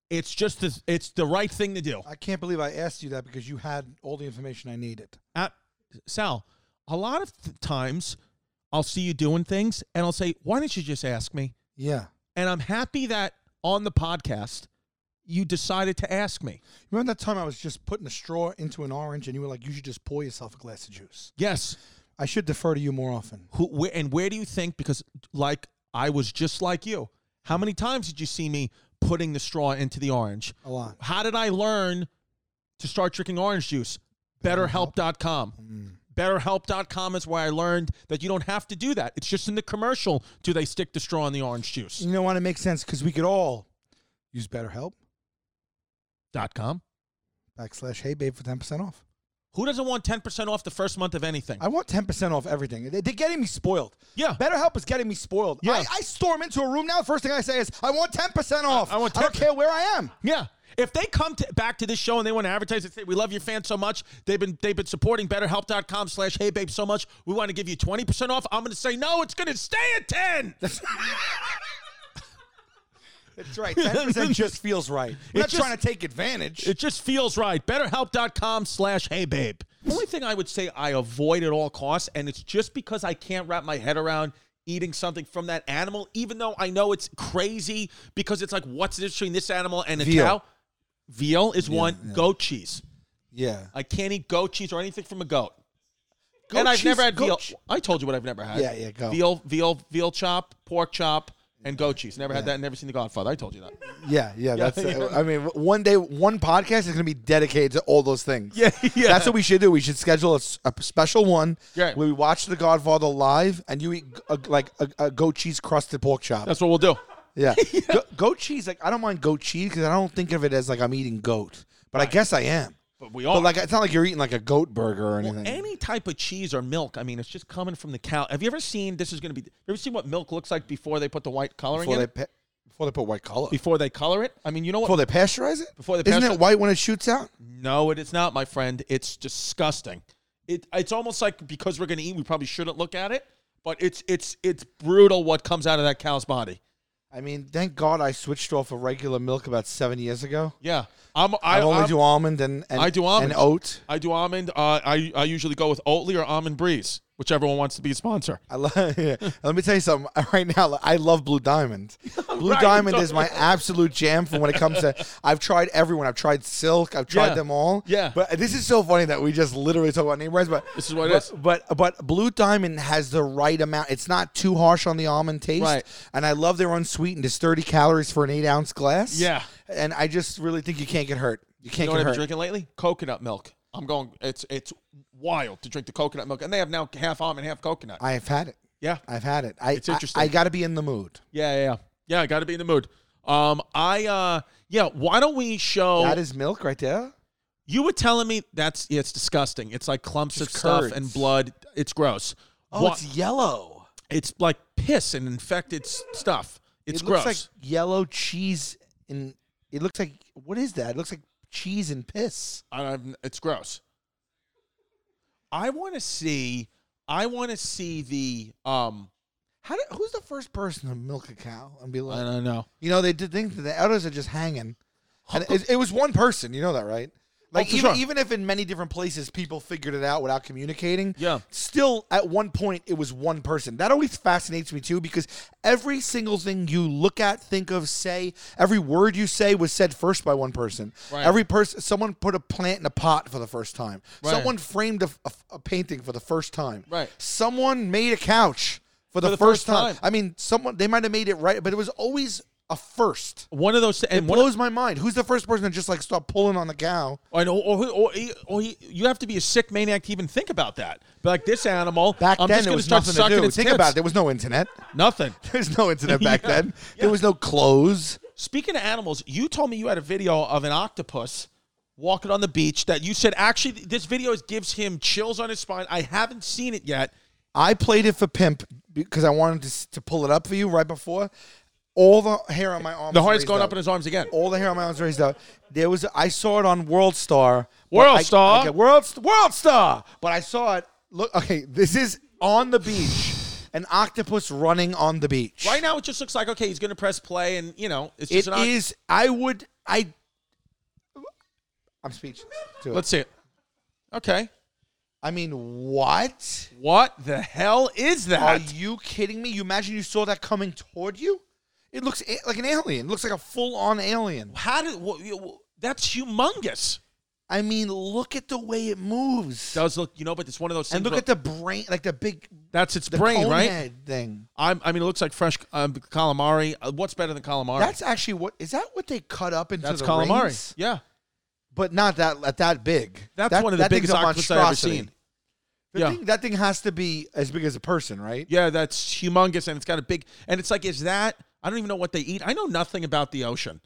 It's just the, it's the right thing to do.
I can't believe I asked you that because you had all the information I needed.
at Sal, a lot of th- times I'll see you doing things and I'll say, why didn't you just ask me?
Yeah.
And I'm happy that on the podcast, you decided to ask me.
Remember that time I was just putting a straw into an orange and you were like, you should just pour yourself a glass of juice?
Yes.
I should defer to you more often.
Who, where, and where do you think, because like I was just like you, how many times did you see me putting the straw into the orange?
A lot.
How did I learn to start drinking orange juice? BetterHelp.com. BetterHelp.com is where I learned that you don't have to do that. It's just in the commercial do they stick the straw in the orange juice.
You know what? It makes sense because we could all use BetterHelp
Dot com.
backslash Hey Babe for 10% off.
Who doesn't want 10% off the first month of anything?
I want 10% off everything. They- They're getting me spoiled.
Yeah.
BetterHelp is getting me spoiled.
Yeah.
I, I storm into a room now. The first thing I say is, I want 10% off.
I want
I don't
10%
care where I am.
yeah. If they come to, back to this show and they want to advertise it, say, we love your fans so much. They've been they've been supporting betterhelp.com slash hey babe so much. We want to give you 20% off. I'm gonna say no, it's gonna stay at 10.
That's right. 10% just feels right. We're not
It just-
trying to take advantage.
It just feels right. BetterHelp.com slash hey babe. The only thing I would say I avoid at all costs, and it's just because I can't wrap my head around eating something from that animal, even though I know it's crazy because it's like, what's the difference between this animal and a
Veal.
cow? Veal is one, goat cheese.
yeah.
I can't eat goat cheese or anything from a goat.
Goat
and I've
cheese-
never had
goat
veal.
che-
I told you what I've never had.
Yeah, yeah, go.
Veal, veal, veal chop, pork chop, and goat cheese. Never had that. Never seen The Godfather. I told you that.
Yeah, yeah, that's.
yeah.
I mean, one day, one podcast is going to be dedicated to all those things.
Yeah, yeah.
That's what we should do. We should schedule a, s- a special one
Yeah.
where we watch The Godfather live, and you eat a, like a, a goat cheese crusted pork chop.
That's what we'll do.
yeah, Go, goat cheese. Like I don't mind goat cheese because I don't think of it as like I'm eating goat, but I guess I am.
But we
But
all
like it's not like you're eating like a goat burger or anything.
any type of cheese or milk. I mean, it's just coming from the cow. Have you ever seen? This is going to be. You ever seen what milk looks like before they put the white coloring
before
in?
they
it?
pe- before they put white color.
before they color it. I mean, you know what?
Before they pasteurize it.
Before they
isn't
pasteurize-
it white when it shoots out?
No, it is not, my friend. It's disgusting. It it's almost like because we're gonna eat, we probably shouldn't look at it. But it's it's it's brutal what comes out of that cow's body.
I mean, thank God I switched off of regular milk about seven years ago.
Yeah, I'm I
I only
I'm-
do almond and, and
I do almond.
and oat.
I do almond. Uh, I I usually go with Oatly or Almond Breeze, whichever one wants to be a sponsor.
I love. Yeah. Let me tell you something. Right now, like, I love Blue Diamond. Blue
Right,
Diamond
don't-
is my absolute jam for when it comes to. I've tried everyone. I've tried Silk. I've tried
Yeah.
them all.
Yeah.
But this is so funny that we just literally talk about name brands. But
This is what it
but,
is.
But but Blue Diamond has the right amount. It's not too harsh on the almond taste.
Right.
And I love their unsweetened. It's thirty calories for an eight ounce glass.
Yeah.
And I just really think you can't get hurt. You
You
can't
know what I've
get
been
hurt.
drinking lately? Coconut milk. I'm going. It's it's wild to drink the coconut milk, and they have now half almond, half coconut.
I have had it.
yeah,
I've had it. I,
It's interesting.
I, I got to be in the mood.
yeah, yeah, yeah. yeah I got to be in the mood. Um, I uh, yeah. Why don't we show?
That is milk right there.
You were telling me that's yeah, it's disgusting. It's like clumps
Just
of
curds.
stuff and blood. It's gross.
Oh,
Wha-
it's yellow.
it's like piss and infected s- stuff. It's
it
gross.
looks like yellow cheese and it looks like what is that? It looks like cheese and piss.
I don't- it's gross. I want to see. I want to see the. Um,
How did, who's the first person to milk a cow and be
I
like,
don't know.
you know, they did think that the elders are just hanging. And it, it was one person, you know that, right? Like
Oh, for
even
sure.
even if in many different places people figured it out without communicating,
Yeah.
Still, at one point it was one person. That always fascinates me too because every single thing you look at, think of, say, every word you say was said first by one person.
Right.
Every person, someone put a plant in a pot for the first time.
Right.
Someone framed a, a, a painting for the first time.
Right.
Someone made a couch for the,
the first
first, time.
time.
I mean, someone they might have made it right, but it was always a first
One of those. And one of-
blows my mind. Who's the first person to just like start pulling on the cow?
And or, or, or, or he, you have to be a sick maniac to even think about that. But like this animal,
Back
I'm just
then, there
gonna
was
start
nothing to
sucking
do.
its
Think
tits.
about it. There was no internet.
Nothing.
There's no internet back
Yeah,
then. There was no clothes.
Speaking of animals, you told me you had a video of an octopus walking on the beach that you said actually this video is- gives him chills on his spine. I haven't seen it yet.
I played it for Pimp because I wanted to, s- to pull it up for you right before. All the hair on my arm.
The
was
heart's
raised
going
up.
up in his arms again.
all the hair on my arms raised up. There was I saw it on World Star. but
World
I-
Star?
okay, World World Star. But I saw it. Look, okay, this is on the beach. An octopus running on the beach.
Right now, it just looks like okay, he's going to press play, and you know, it's
It
just an. oc-
is. I would. I. I'm speechless. to it.
Let's see it. Okay,
I mean, what?
what the hell is
Are
that?
you kidding me? You imagine you saw that coming toward you? It looks a- like an alien. It looks like a full-on alien.
How did wha- you- wha- that's humongous?
I mean, look at the way it moves,
Does look you know, but it's one of those things.
and look
where-
at the brain, like the big
that's its
the
brain,
cone
right?
head thing.
I'm, I mean, it looks like fresh um, calamari. Uh, what's better than calamari?
That's actually what is that what they cut up into
That's
the
calamari.
rings?
Yeah,
but not that at that big.
that's
That-
one of the
that thing's
biggest
a
octopus I've ever
monstrosity.
seen.
The
Yeah.
thing- that thing has to be as big as a person, right?
Yeah, that's humongous, and it's got a big. And it's like, is that? I don't even know what they eat. I know nothing about the ocean.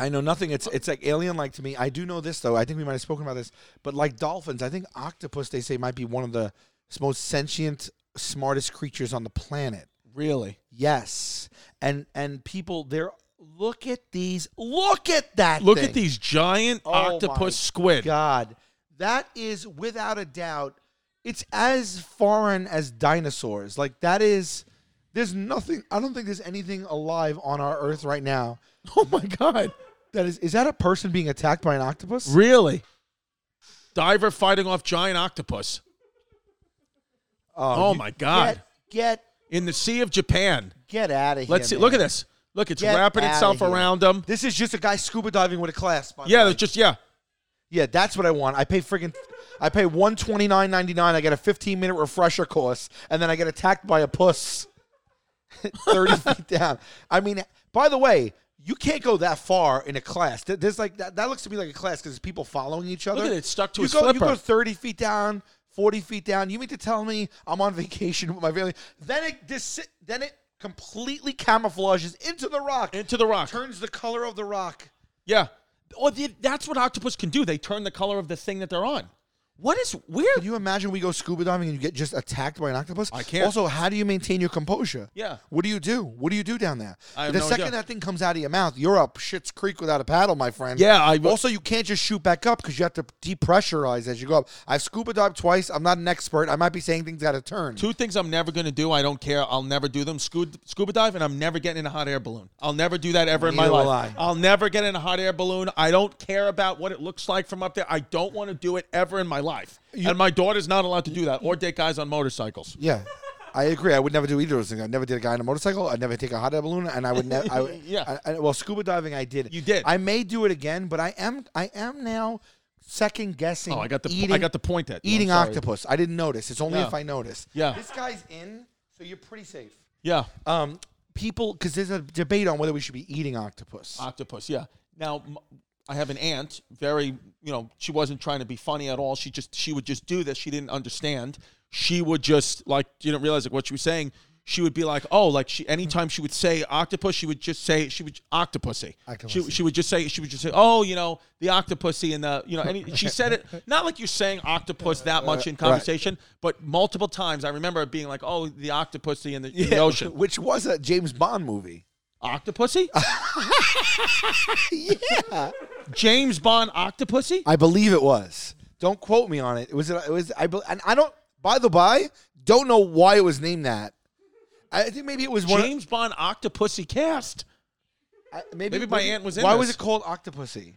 I know nothing. It's it's like alien like to me. I do know this though. I think we might have spoken about this, but like dolphins, I think octopus they say might be one of the most sentient, smartest creatures on the planet.
Really?
Yes, and and people there. Look at these. Look at that.
Look
thing.
at these giant
Oh my
octopus squid.
God, that is without a doubt. It's as foreign as dinosaurs. Like that is. There's nothing. I don't think there's anything alive on our Earth right now.
Oh my god!
That is. Is that a person being attacked by an octopus?
Really? Diver fighting off giant octopus. Oh,
Oh, you-
my God!
Get
In the sea of Japan.
get, get out of here.
Let's see.
man.
Look at this. Look, it's
Get
wrapping
outta
itself
here.
around them.
This is just a guy scuba diving with a clasp. on.
Yeah, it's just yeah.
yeah. That's what I want. I pay friggin', I pay one twenty nine ninety nine. I get a fifteen minute refresher course, and then I get attacked by a puss thirty feet down. I mean, by the way. You can't go that far in a class. Th- There's like that, that looks to me like a class because people following each other.
at it, it's stuck to
you
his
go, You
flipper.
go 30 feet down, 40 feet down. You mean to tell me I'm on vacation with my family? Then it dis- then it completely camouflages into the rock.
Into the rock.
turns the color of the rock.
Yeah. Or the, that's what octopus can do. They turn the color of the thing that they're on. What is weird?
Can you imagine we go scuba diving and you get just attacked by an octopus?
I can't.
Also, how do you maintain your composure?
Yeah.
What do you do? What do you do down there?
I have
the
no
second
idea.
that thing comes out of your mouth, you're up shit's creek without a paddle, my friend.
Yeah, I-
also you can't just shoot back up because you have to depressurize as you go up. I've scuba dived twice. I'm not an expert. I might be saying things out of turn.
Two things I'm never going to do. I don't care. I'll never do them. Scuba, scuba dive, and I'm never getting in a hot air balloon. I'll never do that ever in my
Neither will
life.
I.
I'll never get in a hot air balloon. I don't care about what it looks like from up there. I don't want to do it ever in my life. and my daughter's not allowed to do that or date guys on motorcycles.
Yeah, I agree. I would never do either of those things. I never did a guy on a motorcycle. I'd never take a hot air balloon, and I would never. I, would-
Yeah.
I- I- well, scuba diving, I did.
You did.
I may do it again, but I am. I am now second guessing.
Oh, I got the
eating,
I got the point at you. I'm
eating
sorry.
octopus. I didn't notice. It's only
Yeah.
if I notice.
Yeah.
This guy's in, so you're pretty safe.
Yeah,
Um, people, because there's a debate on whether we should be eating octopus.
octopus. Yeah. Now m- I have an aunt. Very, you know, she wasn't trying to be funny at all. She just she would just do this. She didn't understand. She would just like didn't realize like what she was saying. She would be like, oh, like she anytime she would say octopus, she would just say she would octopusy. She,
Octopussy.
she would just say she would just say, oh, you know, the octopusy and the you know. Any, she said it not like you're saying octopus that much in conversation, but multiple times. I remember it being like, oh, the octopusy in the, in the ocean,
Which was a James Bond movie.
octopusy.
yeah.
James Bond octopusy?
I believe it was. Don't quote me on it. It was. It was. I. bel- And I don't. By the by, don't know why it was named that. I think maybe it was one.
James Bond octopusy cast.
I- maybe,
maybe my aunt was in
Why was
this.
it called Octopussy?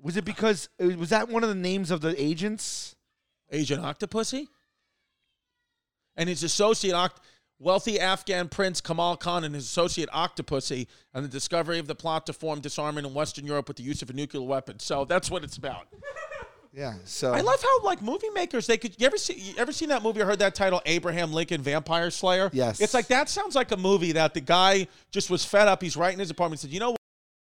Was it because it was that one of the names of the agents?
Agent Octopusy? And his associate, oct- wealthy Afghan prince Kamal Khan and his associate Octopusy, and the discovery of the plot to form disarmament in Western Europe with the use of a nuclear weapon. So that's what it's about.
Yeah. So
I love how like movie makers they could you ever see you ever seen that movie or heard that title Abraham Lincoln Vampire Slayer?
Yes.
It's like that sounds like a movie that the guy just was fed up. He's right in his apartment. He said, you know what?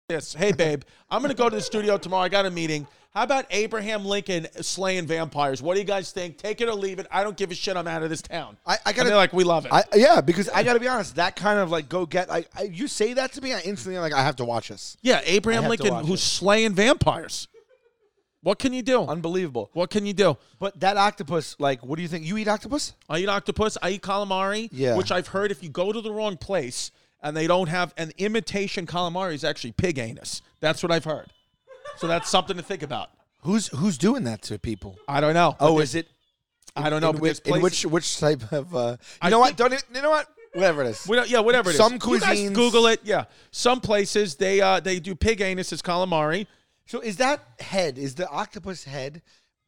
This. Hey babe, I'm gonna go to the studio tomorrow. I got a meeting. How about Abraham Lincoln slaying vampires? What do you guys think? Take it or leave it. I don't give a shit. I'm out of this town.
I- I
And
gotta-
they're like, we love it.
I, yeah, because I got to be honest. That kind of like go get. I, I you say that to me, I instantly like I have to watch this.
yeah,
I
Abraham
have to
Lincoln
watch
who's
it.
slaying vampires. What can you do?
Unbelievable.
what can you do?
But that octopus, like, what do you think? You eat octopus?
I eat octopus. I eat calamari.
Yeah.
Which I've heard if you go to the wrong place and they don't have an imitation calamari is actually pig anus. That's what I've heard. So that's something to think about.
Who's who's doing that to people?
I don't know.
Oh, is it?
I don't know.
In,
but
which,
there's
in
places-
which which type of? Uh, you
I
know what?
think-
Don't it, you know what? Whatever it is.
We don't, yeah, whatever it is.
Some
You guys
cuisines-
Google it. Yeah, some places they uh, they do pig anus as calamari.
So is that head? Is the octopus head?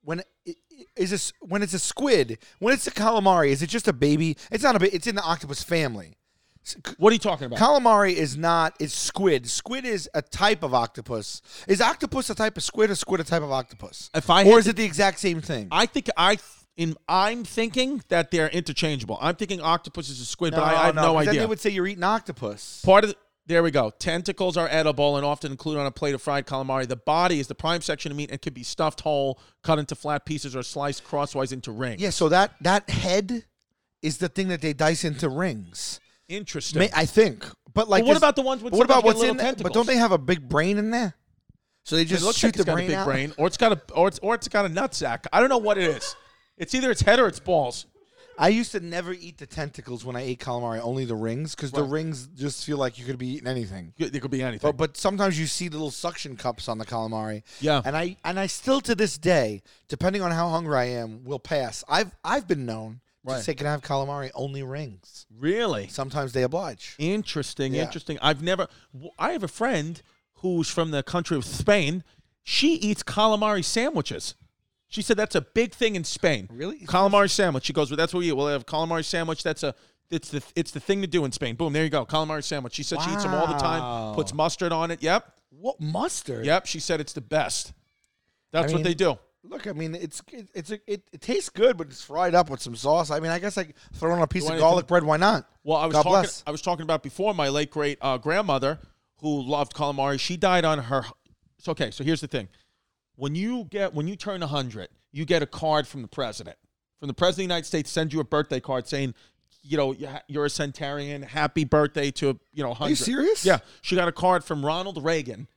When i- i- is this? When it's a squid? When it's a calamari? Is it just a baby? It's not a. ba- It's in the octopus family. S- c-
What are you talking about?
Calamari is not. It's squid. Squid is a type of octopus. Is octopus a type of squid or squid a type of octopus?
If I had
or is
to-
it the exact same thing?
I think I in I'm thinking that they're interchangeable. I'm thinking octopus is a squid, but I, I have no,
'cause Then
idea.
they would say you're eating octopus.
Part of the, there we go. Tentacles are edible and often included on a plate of fried calamari. The body is the prime section of meat and can be stuffed whole, cut into flat pieces, or sliced crosswise into rings.
Yeah. So that that head is the thing that they dice into rings.
interesting.
May, I think. But like,
But what
this-
about the ones with
but what about
sometimes
what's
little
in? there? But
tentacles?
don't they have a big brain in there? So they
It
just
looks
shoot
like it's
the
got
brain
a big
out?
brain, or it's got a or it's or it's got a nutsack. I don't know what it is. It's either its head or its balls.
I used to never eat the tentacles when I ate calamari, only the rings, because the
Right.
rings just feel like you could be eating anything.
It could be anything.
But but sometimes you see the little suction cups on the calamari.
Yeah.
And I and I still to this day, depending on how hungry I am, will pass. I've I've been known to
Right.
say can I have calamari only rings.
really,
Sometimes they oblige.
Interesting,
Yeah.
interesting. I've never. w- I have a friend who's from the country of Spain. She eats calamari sandwiches. She said that's a big thing in Spain.
Really?
calamari sandwich. She goes, "Well, that's what we eat. We'll have calamari sandwich. That's a." It's the it's the thing to do in Spain. Boom, there you go. Calamari sandwich. She said she eats them all the time.
Wow.
Puts mustard on it. Yep,
What mustard?
yep. She said it's the best. That's what
mean-
they do.
Look, I mean, it's it, it's a, it, it tastes good, but it's fried up with some sauce. I mean, I guess like throw on a piece
You
of
want
garlic bread. Why not?
Well, I was
God
talking.
bless.
I was talking about before my late great uh, grandmother who loved calamari. She died on her. It's okay. So here's the thing: when you get when you turn hundred, you get a card from the president. From the president of the United States, sends you a birthday card saying, you know, you ha- you're a centenarian. Happy birthday to you know
Are
hundred.
you serious?
Yeah, she got a card from Ronald Reagan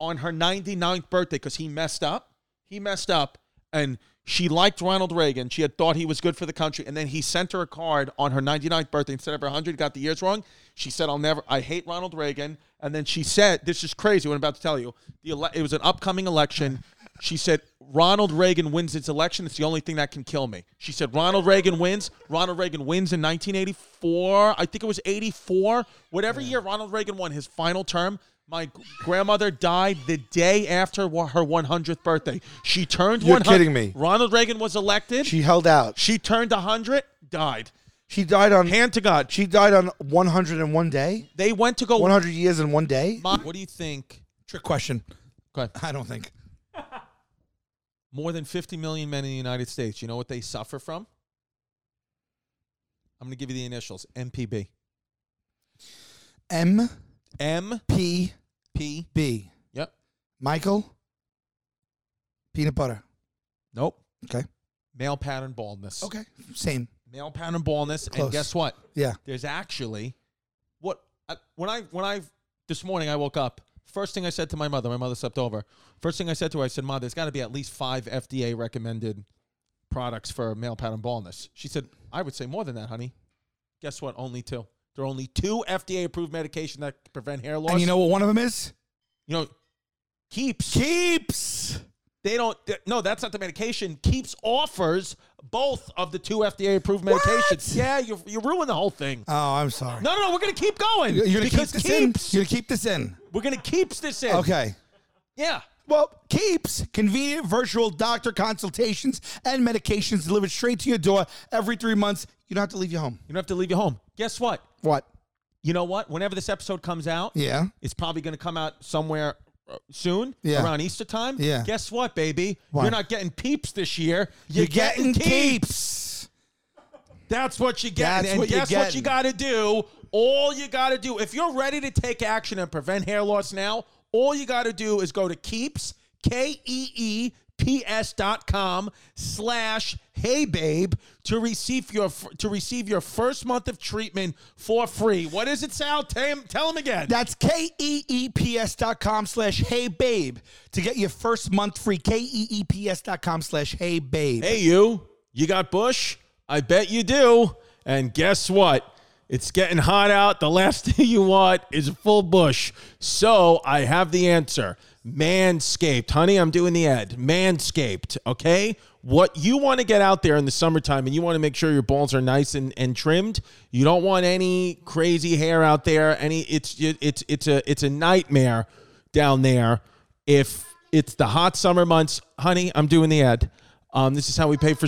on her 99th birthday because he messed up. He messed up, and she liked Ronald Reagan. She had thought he was good for the country, and then he sent her a card on her 99th birthday instead of her 100. Got the years wrong. She said, "I'll never. I hate Ronald Reagan." And then she said, "This is crazy. What I'm about to tell you. The ele- it was an upcoming election." She said, Ronald Reagan wins its election. It's the only thing that can kill me. She said, Ronald Reagan wins. Ronald Reagan wins in 1984. I think it was 84. Whatever year Ronald Reagan won his final term, my g- grandmother died the day after wa- her 100th birthday. She turned
You're
100.
kidding me.
Ronald Reagan was elected. She,
She held out.
turned 100, died.
She died on
Hand to God. She,
She died on 101 day.
they went to go.
100 years in one day.
Ma- what do you think?
Trick question.
Okay.
I don't think.
More than 50 million men in the United States. You know what they suffer from? I'm going to give you the initials MPB.
M
M
P
P.
B.
Yep.
Michael. Peanut butter.
Nope.
Okay.
Male pattern baldness.
Okay. Same.
Male pattern baldness.
Close.
And guess what?
Yeah.
There's actually what I, when I when I this morning I woke up. First thing I said to my mother. My mother slept over. First thing I said to her, I said, "Ma, there's got to be at least five FDA recommended products for male pattern baldness." She said, "I would say more than that, honey." Guess what? Only two. There are only two FDA approved medication that prevent hair loss.
And you know what one of them is?
you know, keeps.
Keeps.
They don't. th- No, that's not the medication. Keeps offers both of the two FDA-approved medications. Yeah, you you ruined the whole thing.
Oh, I'm sorry.
No, no, no. We're gonna keep going
You're gonna
because
keep this
keeps.
in. You're gonna keep this in.
We're gonna keeps this in.
Okay.
Yeah.
Well, Keeps convenient virtual doctor consultations and medications delivered straight to your door every three months. You don't have to leave your home.
You don't have to leave your home. Guess what?
What?
You know what? Whenever this episode comes out,
Yeah.
it's probably gonna come out somewhere uh, soon
Yeah.
around Easter time.
Yeah.
Guess what, baby?
What?
You're not getting peeps this year.
You're, getting, Keeps.
That's what you get.
That's
and
what you're
guess what
getting.
you got to do? All you got to do, if you're ready to take action and prevent hair loss now, all you got to do is go to Keeps, K E E P S dot com slash Hey Babe to receive your f- to receive your first month of treatment for free. What is it, Sal? Tell him, tell him again.
That's K E E P S dot com slash hey babe to get your first month free. K E E P S dot com slash hey babe.
Hey, you, you got Bush? I bet you do. And guess what?
It's getting hot out. The last thing you want is a full bush. So I have the answer Manscaped. Honey, I'm doing the ad. Manscaped. Okay. What you want to get out there in the summertime and you want to make sure your balls are nice and, and trimmed. You don't want any crazy hair out there. Any it's it's it's a it's a nightmare down there if it's the hot summer months, honey, I'm doing the ad. Um, this is how we pay for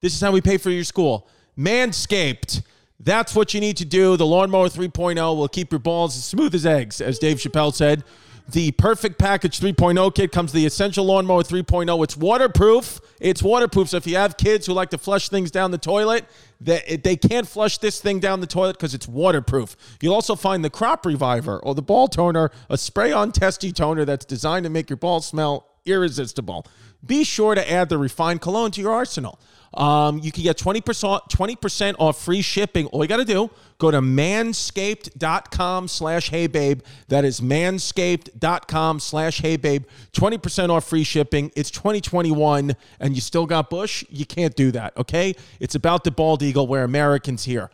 this is how we pay for your school. Manscaped. That's what you need to do. The lawnmower 3.0 will keep your balls as smooth as eggs, as Dave Chappelle said. The perfect package 3.0 kit comes the essential lawnmower 3.0. It's waterproof. It's waterproof. So if you have kids who like to flush things down the toilet, they, they can't flush this thing down the toilet because it's waterproof. You'll also find the crop reviver or the ball toner, a spray on testy toner that's designed to make your balls smell irresistible. Be sure to add the refined cologne to your arsenal. Um, you can get 20%, 20% off free shipping. All you got to do, go to manscaped.com slash heybabe. That is manscaped.com slash heybabe. 20% off free shipping. It's 2021 and you still got Bush? You can't do that, okay? It's about the bald eagle. We're Americans here.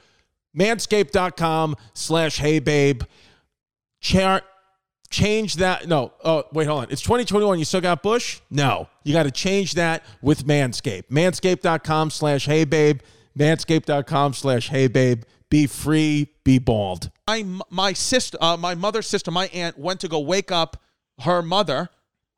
Manscaped.com slash heybabe. Char- change that. No, oh, wait, hold on. It's 2021. You still got Bush? No. You got to change that with Manscaped. Manscaped.com slash hey babe. Manscaped.com slash hey babe. Be free, be bald.
my my sister, uh, my mother's sister, my aunt went to go wake up her mother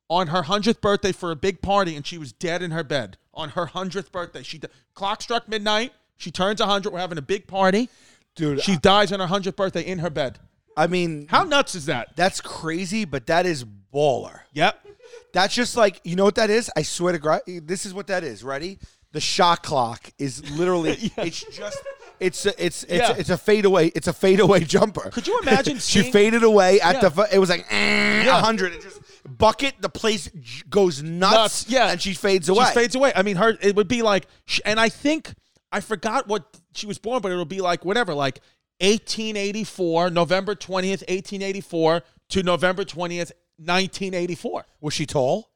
on her hundredth birthday for a big party, and she was dead in her bed on her hundredth birthday. She di- clock struck midnight. She turns hundred. We're having a big party.
dude.
She dies on her hundredth birthday in her bed.
I mean,
How nuts is that?
that's crazy, but that is baller.
Yep.
That's just like you know what that is. I swear to God, this is what that is. Ready? The shot clock is literally. It's just. It's a, it's it's
Yeah.
a, it's a fadeaway. It's a fadeaway jumper.
Could you imagine
she
seeing-
faded away at
Yeah.
the. fu- It was like eh, a hundred. It just bucket. The place j- goes nuts.
Nuts, yeah.
and she fades away.
She fades away. I mean, her it would be like, sh- and I think I forgot what she was born, but it'll be like whatever, like 1884, November 20th, 1884 to November 20th, 1984.
Was she tall?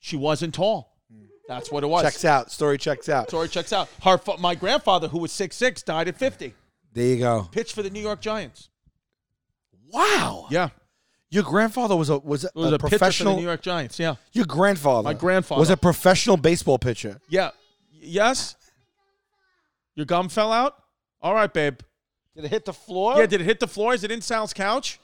She wasn't tall. That's what it was.
Checks out. Story checks out.
Story checks out. Her, fa- my grandfather, who was 6'6", died at 50.
There you go.
Pitched for the New York Giants.
Wow.
Yeah,
Your grandfather was a was a,
it was
a
a, pitcher for the
professional.
New York Giants. Yeah,
Your grandfather.
My grandfather.
was a professional baseball pitcher.
yeah, Y- yes. Your gum fell out. All right, babe.
Did it hit the floor?
Yeah, did it hit the floor? Is it in Sal's couch?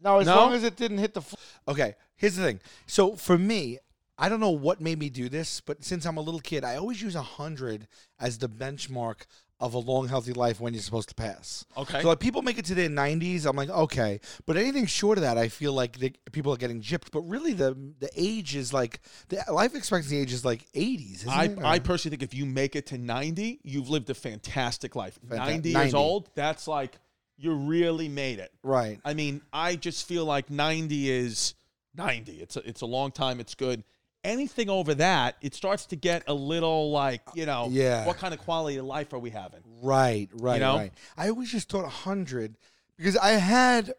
Now, as
No?
long as it didn't hit the. Fl- okay, here's the thing. So for me, I don't know what made me do this, but since I'm a little kid, I always use hundred as the benchmark of a long, healthy life when you're supposed to pass.
Okay.
So like people make it to their 90s, I'm like, okay. But anything short of that, I feel like the, people are getting gypped. But really, the the age is like the life expectancy age is like 80s. Isn't
I,
it?
I personally think if you make it to 90, you've lived a fantastic life. 90 years
90.
old, that's like you really made it.
right.
I mean, I just feel like 90 is 90. It's a, it's a long time, it's good. Anything over that, it starts to get a little like, you know,
Yeah.
what kind of quality of life are we having?
Right, right,
know?
right. I always just thought 100 because I had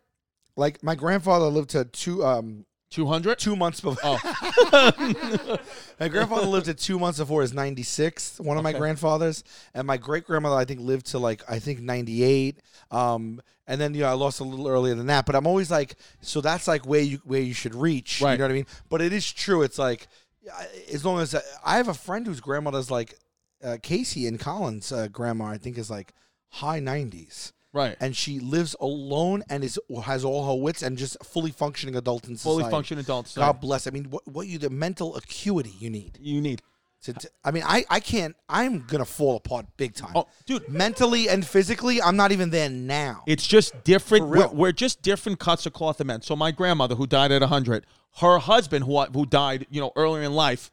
like my grandfather lived to two um
200?
two months before.
Oh.
my grandfather lived to two months before his 96th, one of my grandfathers. And my great grandmother, I think, lived to like, I think 98. Um, and then, you know, I lost a little earlier than that. But I'm always like, so that's like where you where you should reach. You
Right.
know what I mean? But it is true. It's like, I- as long as uh, I have a friend whose grandmother's like uh, Casey and Collins' uh, grandma, I think, is like high 90s.
Right.
And she lives alone and is has all her wits and just fully functioning adult in
Fully
society.
functioning adults.
God bless. I mean, what, what you the mental acuity you need
you need.
to. t- I mean, I I can't. I'm gonna fall apart big time.
Oh, dude.
mentally and physically, I'm not even there now.
It's just different.
For real.
We're, we're just different cuts of cloth of men. So my grandmother, who died at 100, her husband, who I- who died, you know, earlier in life,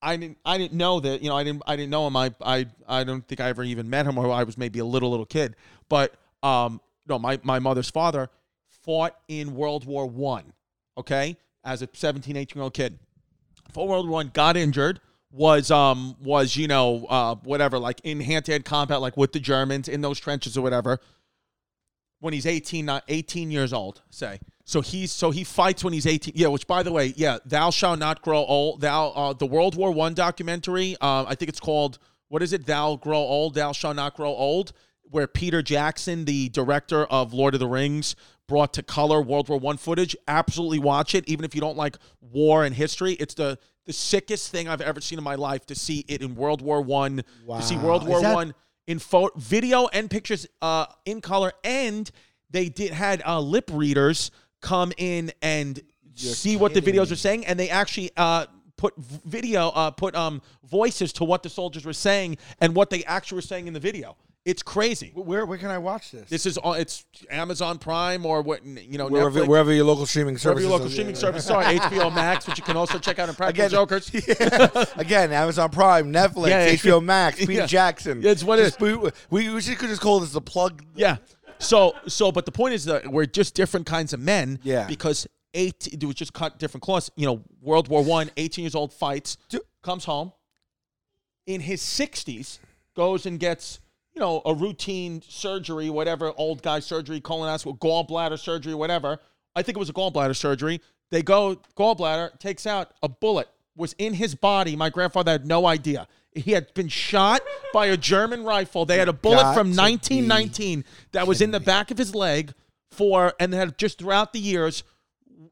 I didn't I didn't know that. You know, I didn't I didn't know him. I I I don't think I ever even met him, or I was maybe a little little kid. But um, no, my my mother's father fought in World War One. Okay, as a 17, 18 year old kid for World War One, got injured, was um was you know uh whatever like in hand to hand combat like with the Germans in those trenches or whatever. When he's 18, not 18 years old, say. So he's so he fights when he's 18. Yeah, which by the way, yeah, thou shall not grow old. Thou uh, the World War One documentary. Um, I think it's called what is it? Thou grow old. Thou shall not grow old. where Peter Jackson, the director of Lord of the Rings, brought to color World War One footage. Absolutely watch it, even if you don't like war and history. It's the the sickest thing I've ever seen in my life to see it in World War One. To see World War One in photo, video and pictures uh, in color, and they did had uh, lip readers come in and see what the videos were saying, and they actually. Uh, put v- video uh put um voices to what the soldiers were saying and what they actually were saying in the video it's crazy
Where where can I watch this?
this is all it's Amazon Prime or what you know
wherever,
Netflix,
wherever your local streaming
wherever
service.
your local streaming service are HBO Max, which you can also check out in Practical
Again-
Jokers.
Again, Amazon Prime, Netflix,
Yeah, yeah.
HBO Max, Peter
Yeah.
Jackson.
Yeah, it's what it
Just- we, we, we should- could just call this the plug.
Yeah. So so, but the point is that we're just different kinds of men.
Yeah.
Because eight, it was just cut different cloths. You know, World War One, 18 years old, fights, comes home, in his 60s, goes and gets. You know, a routine surgery, whatever, old guy surgery, colonoscopy, gallbladder surgery, whatever. I think it was a gallbladder surgery. They go, gallbladder takes out a bullet, was in his body. My grandfather had no idea. He had been shot by a German rifle. They had a bullet
got
from
to be
1919. 19 that was in the back of his leg for and had just throughout the years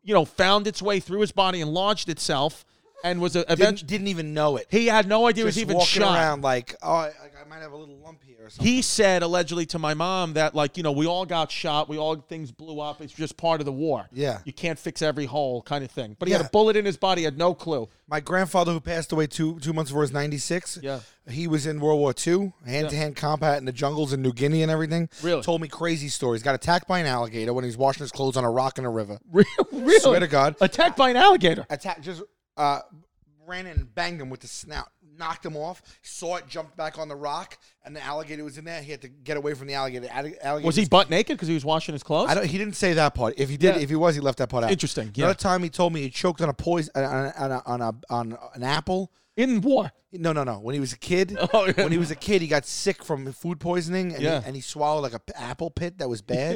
you know found its way through his body and lodged itself and was a
Didn't,
eventually
didn't even know it.
he had no idea
just
he was even
walking
shot
around like, oh, I, I might have a little lump here or something.
he said allegedly to my mom that like you know we all got shot we all things blew up it's just part of the war
Yeah.
you can't fix every hole kind of thing but he had
Yeah.
a bullet in his body had no clue
My grandfather, who passed away two two months before his ninety six,
Yeah.
he was in World War II, hand to hand combat in the jungles in New Guinea and everything.
Really?
told me crazy stories. Got attacked by an alligator when he was washing his clothes on a rock in a river.
really
Swear to God.
attacked by an alligator
attack just uh, ran in and banged him with the snout, knocked him off, saw it, jumped back on the rock, and the alligator was in there. He had to get away from the alligator. Alli- alligator
was he butt naked because he was washing his clothes
I don't, he didn't say that part. If he did,
Yeah.
if he was, he left that part out.
Interesting, yeah.
Another time, he told me he choked on a poison on a, on a, on, a, on an apple.
in war
No, no, no. When he was a kid,
Oh, yeah.
when he was a kid, he got sick from food poisoning, and,
Yeah.
he, and he swallowed like a p- apple pit that was bad.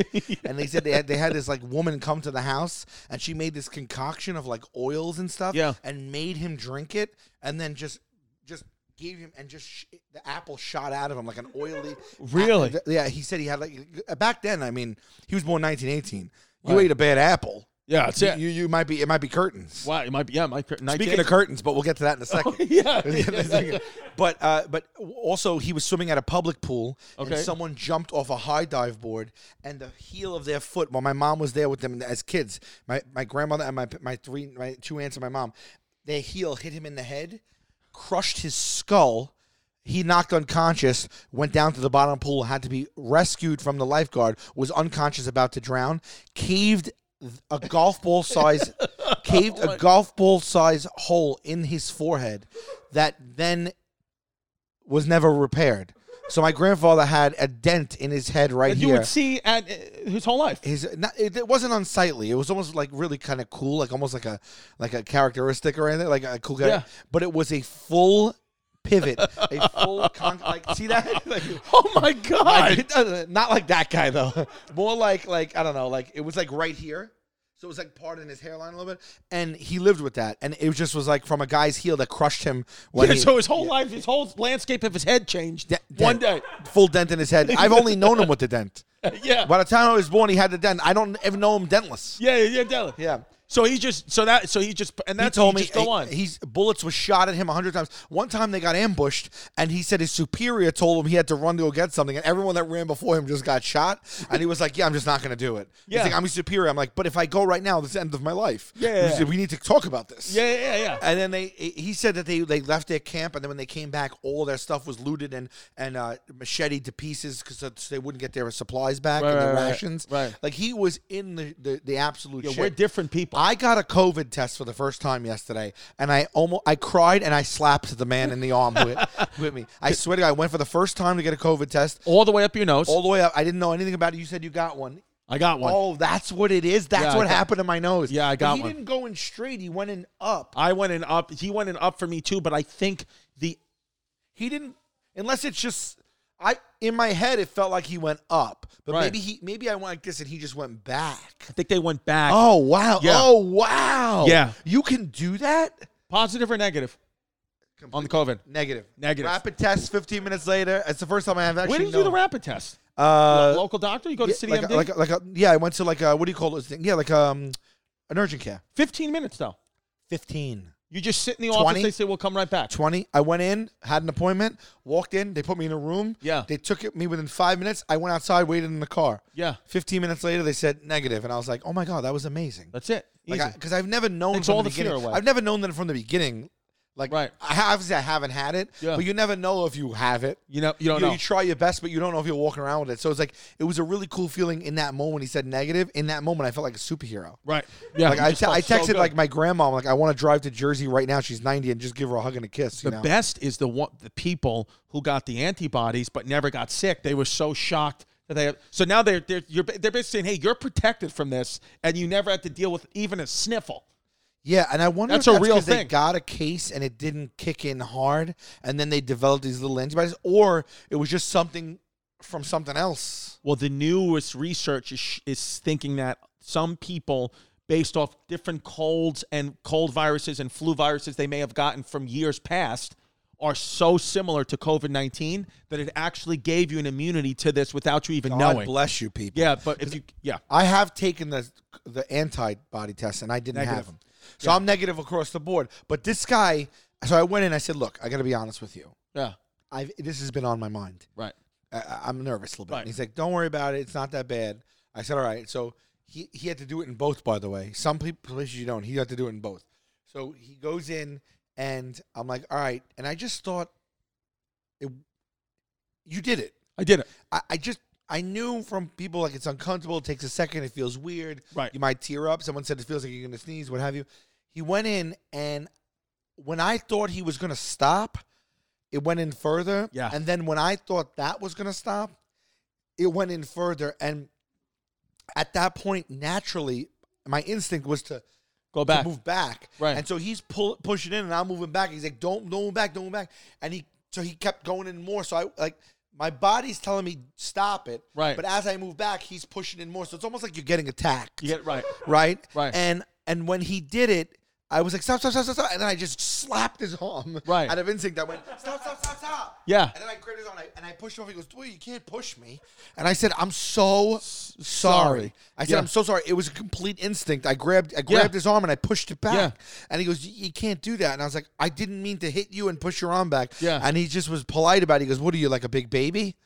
And they said they had they had this like woman come to the house, and she made this concoction of like oils and stuff,
Yeah.
and made him drink it, and then just just gave him and just sh- the apple shot out of him like an oily.
Really?
th- yeah. He said he had like back then. I mean, he was born 1918. You ate a bad apple.
yeah that's
you,
it
you you might be it might be curtains.
wow it might be yeah my
Speaking of curtains, but we'll get to that in a second.
yeah,
In a second. But uh, but also he was swimming at a public pool,
Okay.
and someone jumped off a high dive board, and the heel of their foot. While my mom was there with them as kids, my, my grandmother and my my three my two aunts and my mom, their heel hit him in the head, crushed his skull. He knocked unconscious, went down to the bottom pool, had to be rescued from the lifeguard, was unconscious, about to drown, caved a golf ball size caved a golf ball size hole in his forehead that then was never repaired. So my grandfather had a dent in his head right
you
here.
would see at uh, his whole life.
his not, it, it wasn't unsightly. It was almost like really kind of cool, like almost like a like a characteristic or anything, like a cool guy.
Yeah.
But it was a full pivot, a full con- like see that like
Oh my god!
like, not like that guy though. More like like I don't know, like it was like right here. So it was like part in his hairline a little bit, and he lived with that, and it just was like from a guy's heel that crushed him. When
Yeah,
he-
so his whole life, his whole landscape of his head changed
de-
one day.
dent. full dent in his head. I've only known him with the dent.
Yeah,
By the time I was born, he had the dent. I don't even know him dentless.
yeah, yeah, yeah. Della.
Yeah.
So he just, so that, so he just, and
He
that's
told me
just go
he-
on.
he's bullets were shot at him a hundred times. One time they got ambushed, and he said his superior told him he had to run to go get something, and everyone that ran before him just got shot. And he was like, "Yeah, I'm just not going to do it."
Yeah.
He's like, "I'm his superior." I'm like, "But if I go right now, this is the end of my life."
Yeah.
He said, we need to talk about this.
yeah, yeah, yeah, yeah.
And then they, he said that they, they left their camp, and then when they came back, all their stuff was looted and and uh, macheted to pieces because they wouldn't get their supplies back
Right,
and their
right, right,
rations.
right.
Like he was in the the, the absolute.
Yeah,
shit.
we're different people.
I got a COVID test for the first time yesterday, and I almost I cried and I slapped the man in the arm with, with me. I swear to God, I went for the first time to get a COVID test.
all the way up your nose.
All the way up, I didn't know anything about it. You said you got one.
I got one.
Oh, that's what it is. That's
Yeah, I
what
got-
happened to my nose.
Yeah, I
But
got
he
one.
He didn't go in straight. He went in up.
I went in up. He went in up for me too. But I think the
He didn't, unless it's just I. In my head, it felt like he went up, but
Right.
maybe he maybe I went like this and he just went back.
I think they went back.
Oh wow!
Yeah.
Oh wow!
Yeah.
you can do that.
Positive or negative on the COVID?
Negative.
Negative.
Rapid test 15 minutes later. It's the first time I have actually
Where did you do
known.
the rapid test?
Uh,
local doctor? You go to
yeah,
City
like,
MD?
a- like, a- like a, yeah, I went to like a, what do you call this thing? Yeah, like um, an urgent care.
15 minutes, though.
15.
You just sit in the
20?
office. They say, we'll come right back.
20. I went in, had an appointment, walked in, they put me in a room.
Yeah.
They took it, me within five minutes. I went outside, waited in the car.
Yeah.
15 minutes later, they said negative, And I was like, oh my God, that was amazing.
That's it. Easy.
Because I've never known
Takes
from
all
the
the fear
beginning.
away.
I've never known that from the beginning. Like,
Right.
I, ha- obviously, I haven't had it,
Yeah.
but you never know if you have it.
you know, you don't
you,
know.
you try your best, but you don't know if you're walking around with it. So it's like it was a really cool feeling in that moment. He said negative. In that moment, I felt like a superhero.
right. Yeah.
Like
you
I
just
te-
felt
I
so
texted
good.
like my grandma. I'm like, I want to drive to Jersey right now. She's 90, and just give her a hug and a kiss. You
the
know?
best is the one the people who got the antibodies but never got sick. They were so shocked that they so now they're they're you're, they're basically saying, hey, you're protected from this, and you never had to deal with even a sniffle.
yeah, and I wonder
That's
if
a
that's
real
'cause They
thing.
got a case and it didn't kick in hard, and then they developed these little antibodies, or it was just something from something else.
Well, the newest research is, is thinking that some people, based off different colds and cold viruses and flu viruses they may have gotten from years past, are so similar to COVID 19 that it actually gave you an immunity to this without you even
God
knowing.
bless you, people.
yeah, but if you, yeah.
I have taken the the antibody test and I didn't have
Negative.
them. So I'm negative across the board. But this guy, so I went in. I said, "Look, I got to be honest with you.
Yeah.
I've this has been on my mind.
Right.
I- I, I'm nervous a little bit."
Right.
And he's like, "Don't worry about it. It's not that bad." I said, "All right." So he he had to do it in both, by the way. Some pe- places you don't. He had to do it in both. So he goes in, and I'm like, "All right." And I just thought, it, you did it.
I did it.
I, I just I knew from people like it's uncomfortable. It takes a second. It feels weird.
Right.
You might tear up. Someone said it feels like you're gonna sneeze. What have you? He went in, and when I thought he was gonna stop, it went in further.
Yeah.
And then when I thought that was gonna stop, it went in further. And at that point, naturally, my instinct was to
Go back.
to move back.
Right.
And so he's pull, pushing in, and I'm moving back. He's like, "Don't, don't move back, don't move back." And he, so he kept going in more. So I like my body's telling me stop it.
Right.
But as I move back, he's pushing in more. So it's almost like you're getting attacked.
You get it right.
right.
Right.
And and when he did it. I was like stop stop stop stop stop, and then I just slapped his arm
Right.
out of instinct. I went stop stop stop stop.
Yeah.
And then I grabbed his arm and I, and I pushed him off. He goes, "Dude, you can't push me." And I said, "I'm so sorry."
sorry.
I said,
Yeah.
"I'm so sorry." It was a complete instinct. I grabbed I grabbed
Yeah.
his arm and I pushed it back.
Yeah.
And he goes, "Y- "You can't do that." And I was like, "I didn't mean to hit you and push your arm back."
Yeah.
And he just was polite about it. He goes, "What are you like a big baby?"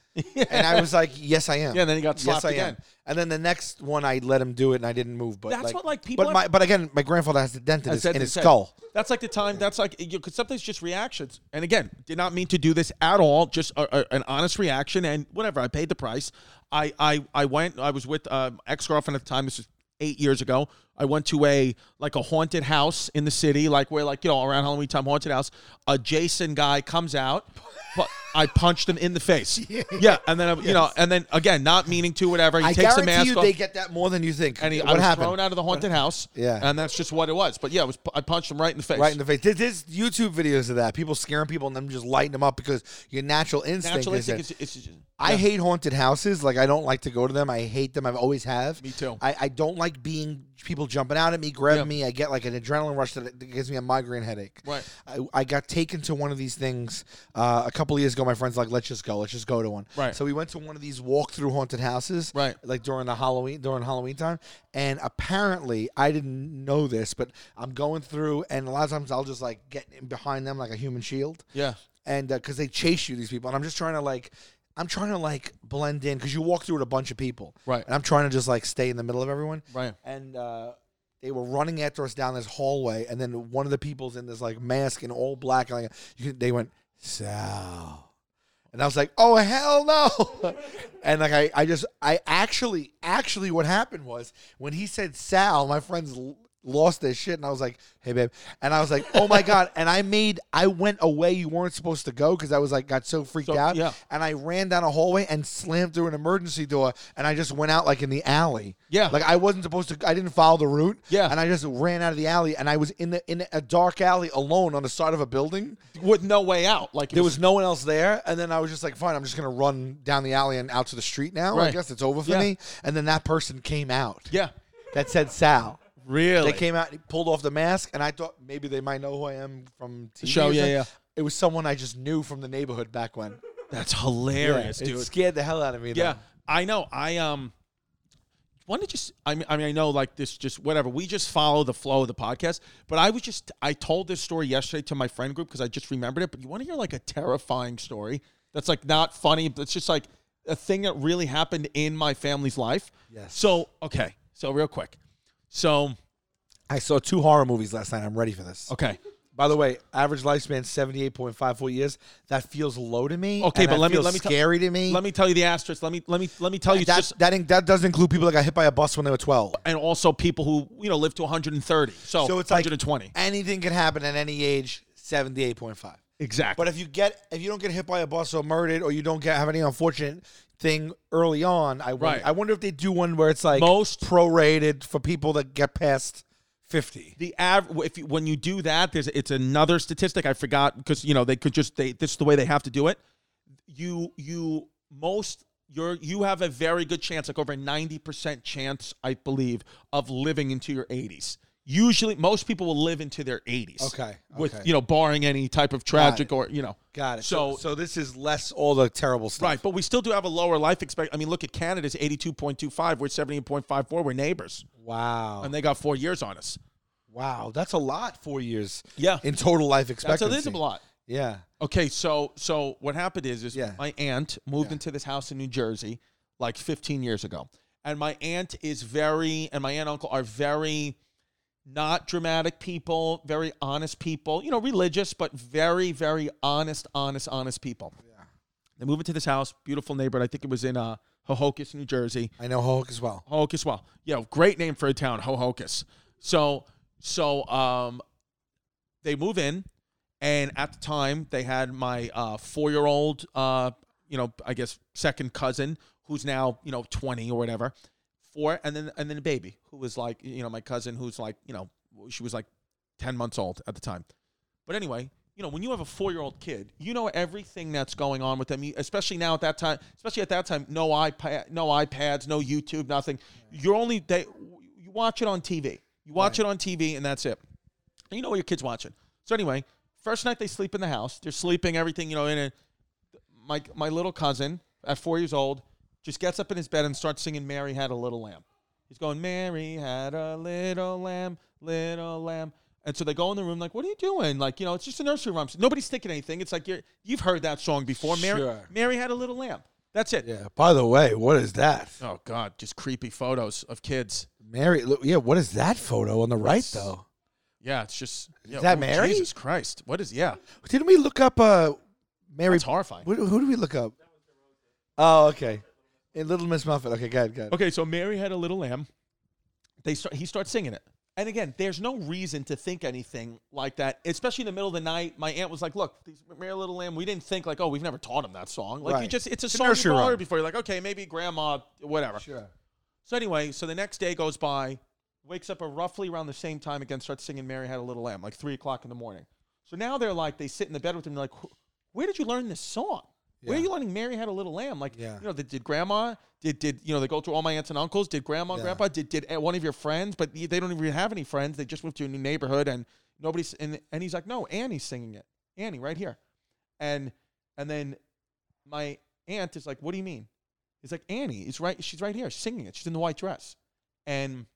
and I was like, "Yes, I am."
Yeah, and then he got slapped
yes, I Am.
again.
And then the next one, I let him do it, and I didn't move. But
That's
like,
what, like, people
But
are-
my, but again, my grandfather has the dent in
I
his,
said to
in his
Ted,
skull.
That's like the time. That's like because sometimes just reactions. And again, did not mean to do this at all. Just a, a- an honest reaction, and whatever. I paid the price. I I I went. I was with um, ex girlfriend at the time. This is eight years ago. I went to a like a haunted house in the city, like where like you know around Halloween time haunted house. A Jason guy comes out. But I punched him in the face. Yeah, and then I- you know, and then again, not meaning to, whatever. He
I
takes the
guarantee
mask
you,
off.
they get that more than you think.
and he, I
what
was
happened?
thrown out of the haunted house.
Yeah.
and that's just what it was. But yeah, it was I punched him right in the face.
Right in the face. There's, there's YouTube videos of that. People scaring people and them just lighting them up because your natural instinct
Natural
is that-
instinct is, is, is-
I hate haunted houses. Like I don't like to go to them. I hate them. I've always have.
Me too.
I, I don't like being people jumping out at me, grabbing
Yeah.
me. I get like an adrenaline rush that that gives me a migraine headache.
Right.
I, I got taken to one of these things uh, a couple of years ago. My friends like, let's just go. Let's just go to one.
Right.
So we went to one of these walk through haunted houses.
Right.
Like during the Halloween during Halloween time, and apparently I didn't know this, but I'm going through, and a lot of times I'll just like get in behind them like a human shield
yeah.
and because they chase you, these people, and I'm just trying to like, I'm trying to like blend in because you walk through with a bunch of people,
Right.
And I'm trying to just like stay in the middle of everyone,
Right.
And uh, they were running after us down this hallway, and then one of the people's in this like mask and all black, and like you, they went Sal, and I was like, oh hell no, and like I, I just, I actually, actually, what happened was when he said Sal, my friends. l- Lost their shit, and I was like, "Hey, babe," and I was like, "Oh my god!" And I made, I went away. You weren't supposed to go because I was like, got so freaked
So,
out,
yeah.
and I ran down a hallway and slammed through an emergency door, and I just went out like in the alley.
Yeah.
like I wasn't supposed to. I didn't follow the route.
Yeah.
and I just ran out of the alley, and I was in the in a dark alley alone on the side of a building.
With no way out. Like it
There was no one else there, and then I was just like, "Fine, I'm just gonna run down the alley and out to the street now. I
Right.
guess it's over for
Yeah.
me." And then that person came out.
Yeah.
that said Sal.
Really?
They came out, and pulled off the mask, and I thought maybe they might know who I am from TV.
show,
or
yeah,
something.
yeah.
It was someone I just knew from the neighborhood back when.
That's hilarious,
Yeah,
dude.
It scared the hell out of me.
Yeah.
though.
I know. I um. Why did you? s- I mean, I mean, I know like this. Just whatever. We just follow the flow of the podcast. But I was just. I told this story yesterday to my friend group because I just remembered it. But you want to hear like a terrifying story that's like not funny. But it's just like a thing that really happened in my family's life.
Yes.
So okay. So real quick. So
I saw two horror movies last night. I'm ready for this.
okay.
By the way, average lifespan 78.54 years. That feels low to me.
Okay,
and
but
that
let me-
feels
let me tell-
scary to me.
Let me tell you the asterisk. Let me let me let me tell you
that,
just
that in- that doesn't include people that got hit by a bus when they were 12.
and also people who you know live to 130. So,
So it's like
120.
Anything can happen at any age. 78.5.
exactly.
But if you get if you don't get hit by a bus or murdered or you don't get have any unfortunate thing early on, I wonder,
Right.
I wonder if they do one where it's like
Most-
prorated for people that get past 50.
the av- if you, when you do that, there's it's another statistic I forgot because you know they could just they this is the way they have to do it. You you most you're you have a very good chance, like over ninety percent chance, I believe, of living into your eighties. Usually, most people will live into their eighties.
Okay,
with
okay.
you know, barring any type of tragic or you know,
Got it.
So,
So so this is less all the terrible stuff.
right, but we still do have a lower life expect. I mean, look at Canada's eighty-two point two five. We're seventy-eight point five four. We're neighbors,
Wow.
and they got four years on us.
Wow, that's a lot. Four years.
Yeah.
In total life
That's
expectancy.
a, that's a lot.
Yeah.
Okay, so so what happened is is
Yeah.
my aunt moved into this house in New Jersey like 15 years ago. And my aunt is very and my aunt and uncle are very not dramatic people, very honest people, you know, religious, but very, very honest, honest, honest people. Yeah. They move into this house, beautiful neighborhood. I think it was in uh Hohokus, New Jersey.
I know Hulk as well.
Hohokus. Well, yeah, great name for a town, Hohokus. So, so um, they move in, and at the time they had my uh, four-year-old, uh, you know, I guess second cousin, who's now you know twenty or whatever, four, and then and then a baby who was like you know my cousin who's like you know she was like ten months old at the time. But anyway, you know, when you have a four-year-old kid, you know everything that's going on with them. You- Especially now at that time, especially at that time, no iPad, no iPads, no YouTube, nothing. You're only they you watch it on TV. You watch it on TV, and that's it. And you know what your kid's watching. So anyway, first night they sleep in the house. They're sleeping, everything, you know, in a my my little cousin at four years old just gets up in his bed and starts singing Mary Had a Little Lamb. He's going, Mary had a little lamb, little lamb. And so they go in the room, like, what are you doing? Like, you know, it's just a nursery rhyme. Nobody's thinking anything. It's like you're, you've heard that song before. Mary,
Sure.
Mary had a little lamb. That's it.
Yeah. By the way, what is that?
Oh God, just creepy photos of kids.
Mary. look- Yeah. What is that photo on the right though?
Yeah, it's just yeah,
that
oh,
Mary?
Jesus Christ, what is? Yeah,
Didn't we look up uh Mary?
it's horrifying.
Who, who do we look up? Oh, okay. In Little Miss Muffet. Okay, good, good.
Okay, so Mary had a little lamb. They start. He starts singing it, and again, there's no reason to think anything like that, especially in the middle of the night. My aunt was like, "Look, these Mary had a Little Lamb." We didn't think like, "Oh, we've never taught him that song." Like you
Right.
just, it's a
a
song
nursery
you've
rhyme.
heard before. You're like, okay, maybe grandma, whatever.
Sure.
So anyway, so the next day goes by, wakes up roughly around the same time again, starts singing "Mary Had a Little Lamb" like three o'clock in the morning. So now they're like, they sit in the bed with him, they're like, "Wh- "Where did you learn this song? Where are you learning Mary Had a Little Lamb?" Like,
Yeah.
you know, did, did grandma? Did did you know? They go to all my aunts and uncles. Did grandma, grandpa? Did did one of your friends? But they don't even have any friends. They just moved to a new neighborhood, and nobody's and and he's like, "No, Annie's singing it. Annie, right here," and and then my aunt is like, "What do you mean?" It's like Annie is right. She's right here singing it. She's in the white dress, and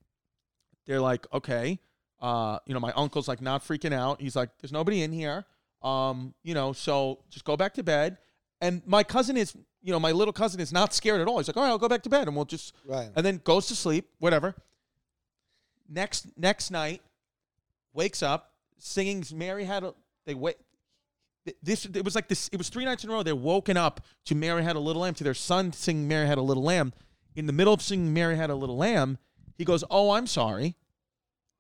they're like, okay, uh, you know, my uncle's like not freaking out. He's like, there's nobody in here, um, you know, so just go back to bed. And my cousin is, you know, my little cousin is not scared at all. He's like, all right, I'll go back to bed, and we'll just,
Right.
and then goes to sleep, whatever. Next next night, wakes up singing. Mary had a they wait. This it was like this. It was three nights in a row. They're woken up to Mary had a little lamb to their son singing Mary had a little lamb. In the middle of singing Mary had a little lamb, he goes, "Oh, I'm sorry,"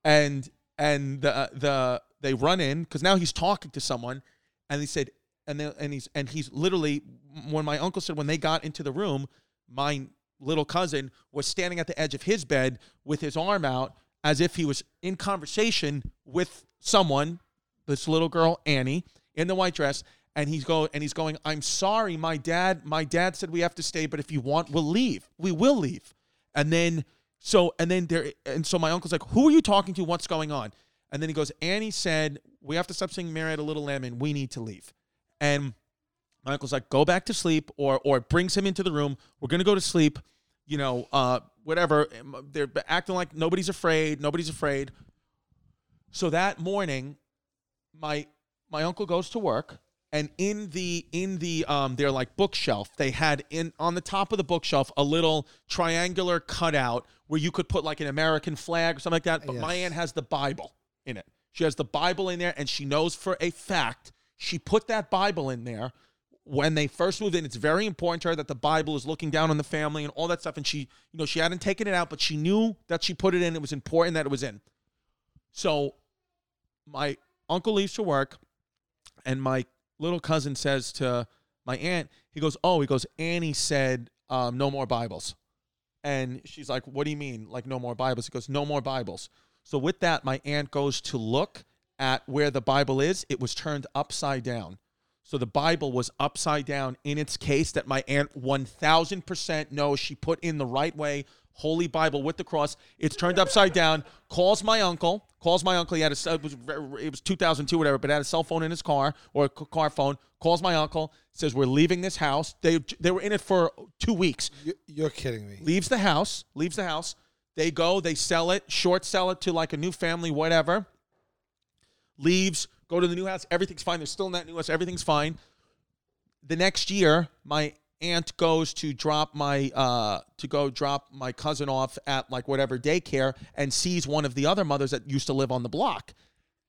and and the uh, the they run in because now he's talking to someone, and he said, and they, and he's and he's literally when my uncle said when they got into the room, my little cousin was standing at the edge of his bed with his arm out as if he was in conversation with someone, this little girl Annie in the white dress, and he's go and he's going, "I'm sorry, my dad. My dad said we have to stay, but if you want, we'll leave. We will leave." And then so and then there and so my uncle's like, "Who are you talking to? What's going on?" And then he goes, "Annie said we have to stop singing Mary had a Little Lamb, and we need to leave." And My uncle's like, go back to sleep, or or brings him into the room. We're gonna go to sleep. You know, uh, whatever. Um, They're acting like nobody's afraid. Nobody's afraid. So that morning, my my uncle goes to work and in the in the um their like bookshelf they had in on the top of the bookshelf a little triangular cutout where you could put like an american flag or something like that but my aunt has the bible in it she has the bible in there and she knows for a fact she put that bible in there when they first moved in it's very important to her that the bible is looking down on the family and all that stuff and she you know she hadn't taken it out but she knew that she put it in it was important that it was in so my uncle leaves to work and my little cousin says to my aunt, he goes, "Oh, he goes, Annie said um, no more Bibles," and she's like, "What do you mean, like no more Bibles?" He goes, "No more Bibles." So with that, my aunt goes to look at where the Bible is. It was turned upside down, so the Bible was upside down in its case. That my aunt one thousand percent knows she put in the right way. Holy Bible with the cross. It's turned upside down. Calls my uncle. Calls my uncle. He had a cell- it was ver- it was 2002 whatever, but had a cell phone in his car or a c- car phone. Calls my uncle. Says we're leaving this house. They they were in it for two weeks.
You're kidding me.
Leaves the house. Leaves the house. They go. They sell it. Short sell it to like a new family. Whatever. Leaves. Go to the new house. Everything's fine. They're still in that new house. Everything's fine the next year, my aunt goes to drop my uh to go drop my cousin off at like whatever daycare and sees one of the other mothers that used to live on the block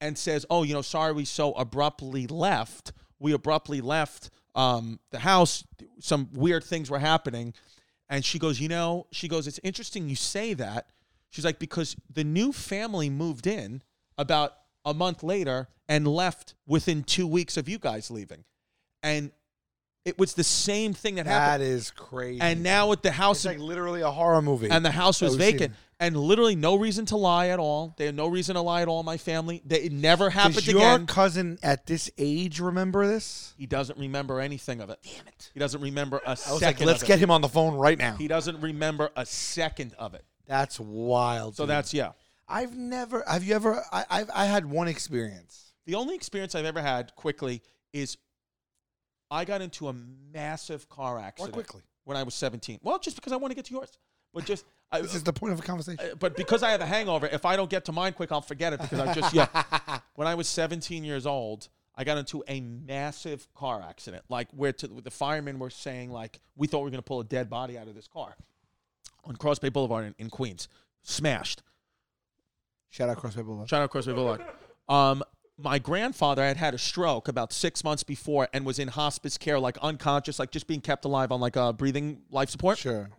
and says, "Oh, you know, sorry we so abruptly left. We abruptly left um the house. Some weird things were happening." And she goes, "You know, she goes, it's interesting you say that." She's like, "Because the new family moved in about a month later and left within 2 weeks of you guys leaving." And it was the same thing that
That
happened.
is crazy.
And now with the house
it's like literally a horror movie.
and the house was
Oh, shit.
vacant and literally no reason to lie at all. They had no reason to lie at all. My family, they, it never happened
Does your
again.
cousin at this age remember this?
he doesn't remember anything of it. Damn it! He doesn't remember a
I was
second.
like, let's
of
get
It.
him on the phone right now.
He doesn't remember a second of it.
That's wild.
So
dude.
that's yeah.
I've never. Have you ever? I, I've I had one experience.
The only experience I've ever had quickly is I got into a massive car accident
quickly.
when I was 17. Well, just because I want to get to yours, but just I,
This is the point of a conversation.
Uh, but because I have a hangover, if I don't get to mine quick, I'll forget it because I just yeah. when I was 17 years old, I got into a massive car accident, like where to, the firemen were saying like we thought we were gonna pull a dead body out of this car on Crossway Boulevard in, in Queens, smashed.
Shout out Crossway Boulevard.
Shout out Crossway Boulevard. Um, my grandfather had had a stroke about six months before and was in hospice care, like unconscious, like just being kept alive on like uh, breathing life support.
Sure.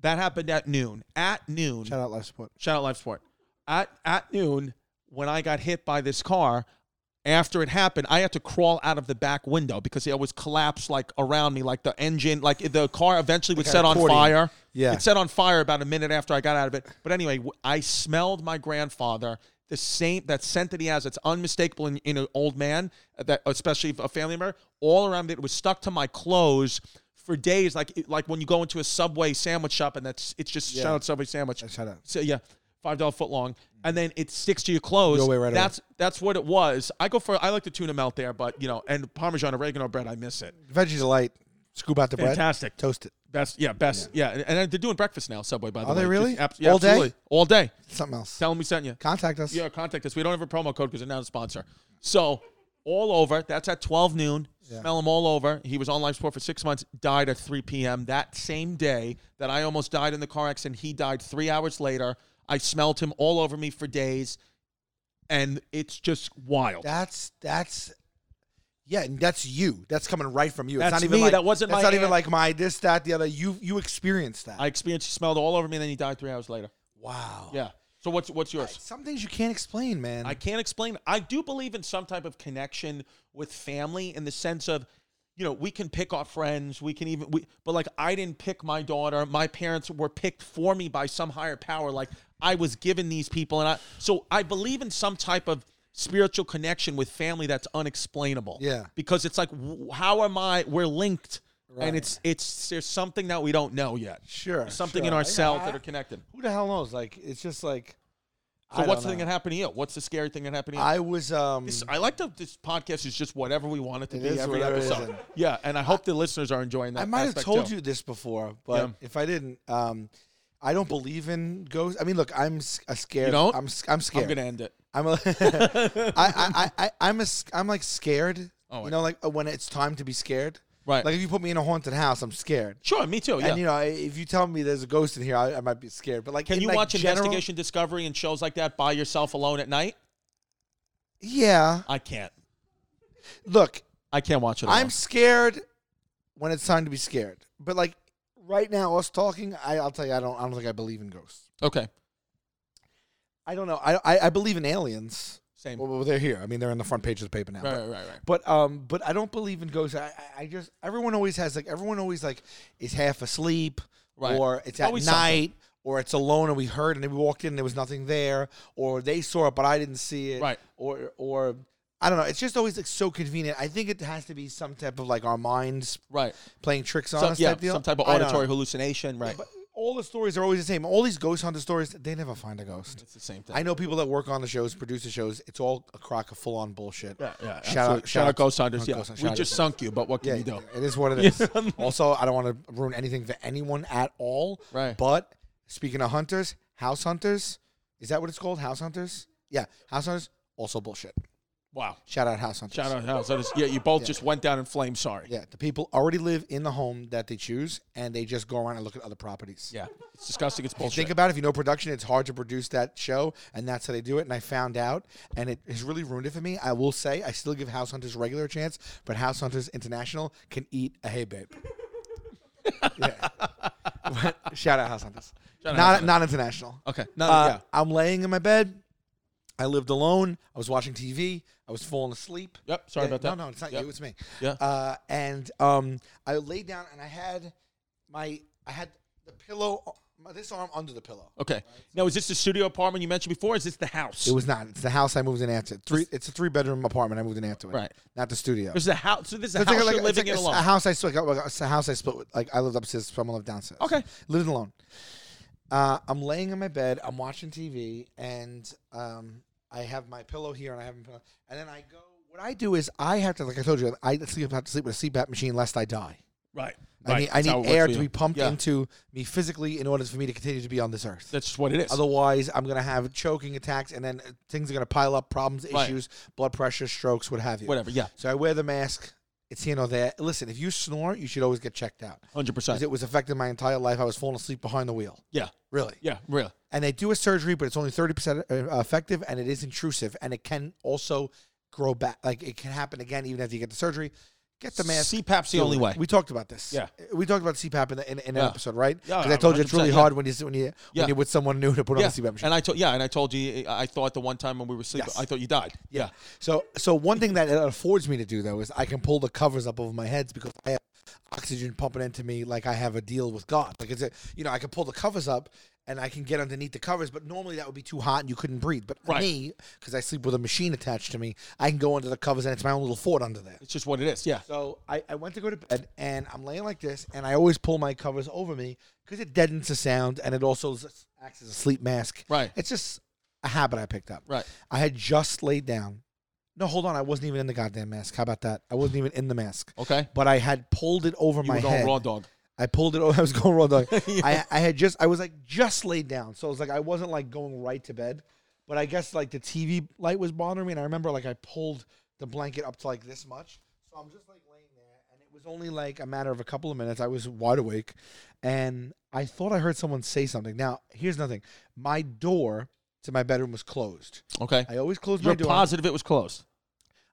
That happened at noon. At noon,
Shout out life support.
Shout out Life Sport. At at noon, when I got hit by this car, after it happened, I had to crawl out of the back window because it was collapsed like around me, like the engine, like the car eventually would
Like
set
an
on
accordion.
fire.
Yeah.
it set on fire about a minute after I got out of it. But anyway, w- I smelled my grandfather. The same that scent that he has, it's unmistakable in, in an old man, uh, that especially if a family member. All around it was stuck to my clothes for days, like like when you go into a Subway sandwich shop and that's it's just shout out Subway sandwich.
Shout out.
So yeah, five dollar foot long, and then it sticks to your clothes.
Go away right away.
that's that's what it was. I go for I like the tuna melt there, but you know, and Parmesan oregano bread, I miss it.
Veggies delight. Scoop out the
Fantastic.
bread. Toast it.
Best, yeah, best, yeah. And, and they're doing breakfast now, Subway. By the
Are
way,
they really?
Just abs- yeah,
All day?
absolutely. all day.
Something else.
Tell them we sent you.
Contact us.
Yeah, contact us. We don't have a promo code because they're not a sponsor. So all over. That's at twelve noon. Smell him all over. He was on life support for six months. Died at three p.m. that same day that I almost died in the car accident. He died three hours later. I smelled him all over me for days, and it's just wild.
That's that's yeah, and that's you. That's coming right from you. It's
That's
not even
me.
like
That wasn't
that's
my
not
aunt.
even like my this, that, the other. You you experienced that.
I experienced. He smelled all over me, and then he died three hours later.
wow.
Yeah. So what's what's yours?
Some things you can't explain, man.
I can't explain. I do believe in some type of connection with family in the sense of, you know, we can pick our friends. We can even, we, but like I didn't pick my daughter. My parents were picked for me by some higher power. Like I was given these people, and I so I believe in some type of spiritual connection with family that's unexplainable.
Yeah.
because it's like, w- how am I? We're linked, and it's it's there's something that we don't know yet.
sure.
Something
sure.
in
I-
ourselves that
I-
are connected.
Who the hell knows? Like it's just like
So
I
what's the
don't
thing
know.
that happened to you? What's the scary thing that happened to you?
I was um
This- I like that this podcast is just whatever we want it to
It
be
is
every
whatever it is,
episode.
and-
Yeah, and I hope the listeners are enjoying that.
I might have
aspect,
told
too.
you this before, but
Yeah.
if I didn't, um, I don't believe in ghosts. I mean, look, I'm s- a scared.
You don't?
I'm s- I'm scared.
I'm gonna end it.
I'm a, I, I, I, I, am a, s- I'm like scared.
Oh, I-
you know, like uh, when it's time to be scared.
Right.
Like if you put me in a haunted house, I'm scared.
Sure, me too. Yeah.
And you know, I- if you tell me there's a ghost in here, I, I might be scared. But like,
Can
in,
you
like,
watch
general-
Investigation Discovery and shows like that by yourself alone at night?
Yeah.
I can't.
Look,
I can't watch it. Alone.
I'm scared when it's time to be scared. But like right now, us talking, I, I'll tell you, I don't, I don't think I believe in ghosts.
okay.
I don't know. I, I, I believe in aliens.
Same.
Well, well, they're here. I mean, they're in the front page of the paper now.
Right,
but-
right, right, right.
But um, but I don't believe in ghosts. I, I- I just everyone always has like everyone always like is half asleep,
Right.
or it's at
Always something.
night, or it's alone, and we heard and then we walked in and there was nothing there, or they saw it but I didn't see it,
Right.
Or or I don't know. It's just always like so convenient. I think it has to be some type of like our minds
Right.
playing tricks on
Some,
us
yeah,
type deal.
some type of
I don't
auditory
know.
hallucination. Right.
But all the stories are always the same. All these ghost hunter stories, they never find a ghost.
It's the same thing.
I know people that work on the shows, produce the shows. It's all a crock of full on bullshit. Yeah,
yeah,
Shout out,
Shout out Ghost Hunters.
Ghost
Yeah.
Hunters,
we
shout out
just
to-
sunk you, but what can
Yeah,
you do?
it is what it is. also, I don't want to ruin anything for anyone at all.
Right.
But speaking of hunters, house hunters, is that what it's called? House hunters? Yeah, house hunters. Also bullshit.
Wow.
Shout out house hunters.
Shout out. House Hunters. Yeah, you both just went down in flames. Sorry.
Yeah, the people already live in the home that they choose, and they just go around and look at other properties.
Yeah. It's disgusting. It's bullshit.
Think about it. If you know production, it's hard to produce that show, and that's how they do it. And I found out, and it has really ruined it for me. I will say, I still give House Hunters regular a chance, but House Hunters International can eat a hey babe. yeah. But shout out House Hunters.
Shout out
not
House Hunters.
not international.
okay. No,
Uh,
yeah.
I'm laying in my bed. I lived alone. I was watching TV. I was falling asleep.
Yep. Sorry
Yeah,
about that.
No, no, it's not
Yep.
you. It's me.
Yeah.
Uh, and um, I laid down and I had my I had the pillow, my, this arm under the pillow.
Okay. Now, is this the studio apartment you mentioned before? Or is this the house?
It was not. It's the house I moved in after. Three. It's a three bedroom apartment. I moved in after.
Right.
Not the studio.
This is a house. So this is a
It's
house
like, like,
you're
it's
living
like
in
a,
alone.
a house I split. It's a house I split. With, like I lived upstairs, someone lived downstairs.
Okay.
Living alone. Uh, I'm laying in my bed. I'm watching TV, and um, I have my pillow here, and I have my pillow, and then I go. What I do is I have to, like I told you, I sleep, have to sleep with a CPAP machine lest I die.
Right.
I
right.
need, I
That's how it
need
works
air
for
to
you.
be pumped
Yeah.
into me physically in order for me to continue to be on this earth.
That's what it is.
Otherwise, I'm going to have choking attacks, and then uh, things are going to pile up, problems,
Right.
issues, blood pressure, strokes, what have you.
Whatever. Yeah.
So I wear the mask. It's here nor there. Listen, if you snore, you should always get checked out.
100%.
Because it was affecting my entire life. I was falling asleep behind the wheel.
yeah.
Really.
Yeah. Real.
And they do a surgery, but it's only 30% effective, and it is intrusive, and it can also grow back. Like, it can happen again even after you get the surgery. Get the mask.
CPAP's the
Deal
only
with
way.
it. We talked about this.
Yeah.
we talked about CPAP in, the, in, in an
Yeah.
episode, right?
Yeah,
Because I told you it's
100%,
really
yeah.
hard when you when you
Yeah.
when you're with someone new to put
yeah.
on the CPAP machine.
And I told yeah, and I told you I I thought the one time when we were sleeping,
Yes.
I thought you died. Yeah.
So so one thing that it affords me to do though is I can pull the covers up over my heads because I have oxygen pumping into me like I have a deal with God. Like it's a you know I can pull the covers up and I can get underneath the covers, but normally that would be too hot and you couldn't breathe. But
Right.
me, because I sleep with a machine attached to me, I can go under the covers and it's my own little fort under there.
It's just what it is. Yeah.
So I, I went to go to bed and I'm laying like this and I always pull my covers over me because it deadens the sound and it also s- acts as a sleep mask.
Right.
It's just a habit I picked up.
Right.
I had just laid down. No, hold on. I wasn't even in the goddamn mask. How about that? I wasn't even in the mask.
Okay.
But I had pulled it over
You
my
were going
head.
raw dog.
I pulled it over. I was going raw dog. I, I had just, I was like just laid down. So it was like, I wasn't like going right to bed. But I guess like the TV light was bothering me. And I remember like I pulled the blanket up to like this much. So I'm just like laying there. And it was only like a matter of a couple of minutes. I was wide awake. And I thought I heard someone say something. Now, here's nothing my door to my bedroom was closed.
Okay.
I always close my
You're
door.
positive it was closed.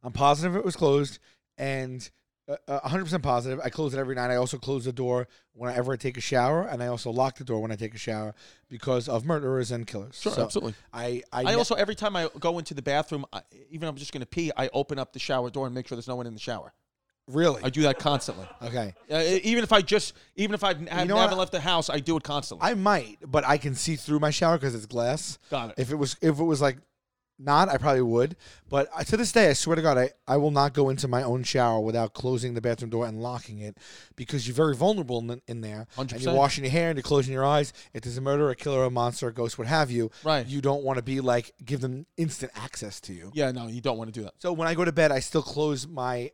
I'm positive it was closed and uh, uh, 100% positive. I close it every night. I also close the door whenever I take a shower, and I also lock the door when I take a shower because of murderers and killers.
Sure, absolutely.
I, I,
I
ne-
also every time I go into the bathroom, I, even if I'm just going to pee, I open up the shower door and make sure there's no one in the shower.
really
I do that constantly.
okay.
Uh, even if I just, even if I've, I
know
haven't
what?
left the house, I do it constantly.
I might, but I can see through my shower because it's glass.
Got it.
If it was, if it was like not, I probably would. But I, to this day, I swear to God, I, I will not go into my own shower without closing the bathroom door and locking it because you're very vulnerable in, in there. And you're
100%.
washing your hair and you're closing your eyes. If there's a murderer, a killer, a monster, a ghost, what have you,
Right.
you don't want to be like, give them instant access to you.
Yeah, no, you don't want to do that.
So when I go to bed, I still close my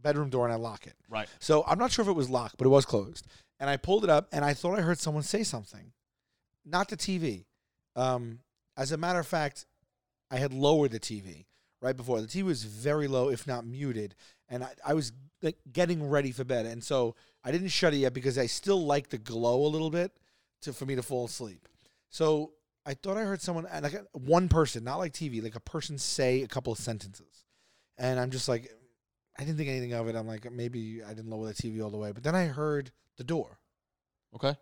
bedroom door and I lock it.
Right.
So I'm not sure if it was locked, but it was closed. And I pulled it up and I thought I heard someone say something, not the TV. Um, as a matter of fact, I had lowered the TV right before. The TV was very low, if not muted, and I, I was like getting ready for bed. And so I didn't shut it yet because I still like the glow a little bit to for me to fall asleep. So I thought I heard someone, and like one person, not like TV, like a person say a couple of sentences, and I'm just like, I didn't think anything of it. I'm like, maybe I didn't lower the TV all the way. But then I heard the door,
Okay.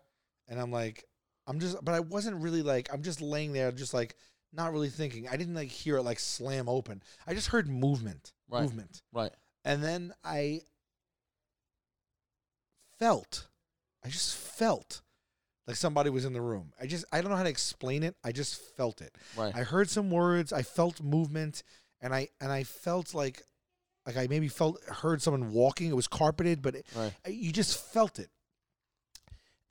and I'm like, I'm just, but I wasn't really like, I'm just laying there, just like not really thinking. I didn't like hear it like slam open. I just heard movement,
Right.
movement,
Right.
and then I felt, I just felt like somebody was in the room. I just, I don't know how to explain it. I just felt it.
Right.
I heard some words. I felt movement, and I and I felt like like I maybe felt heard someone walking. It was carpeted, but it,
Right.
you just felt it.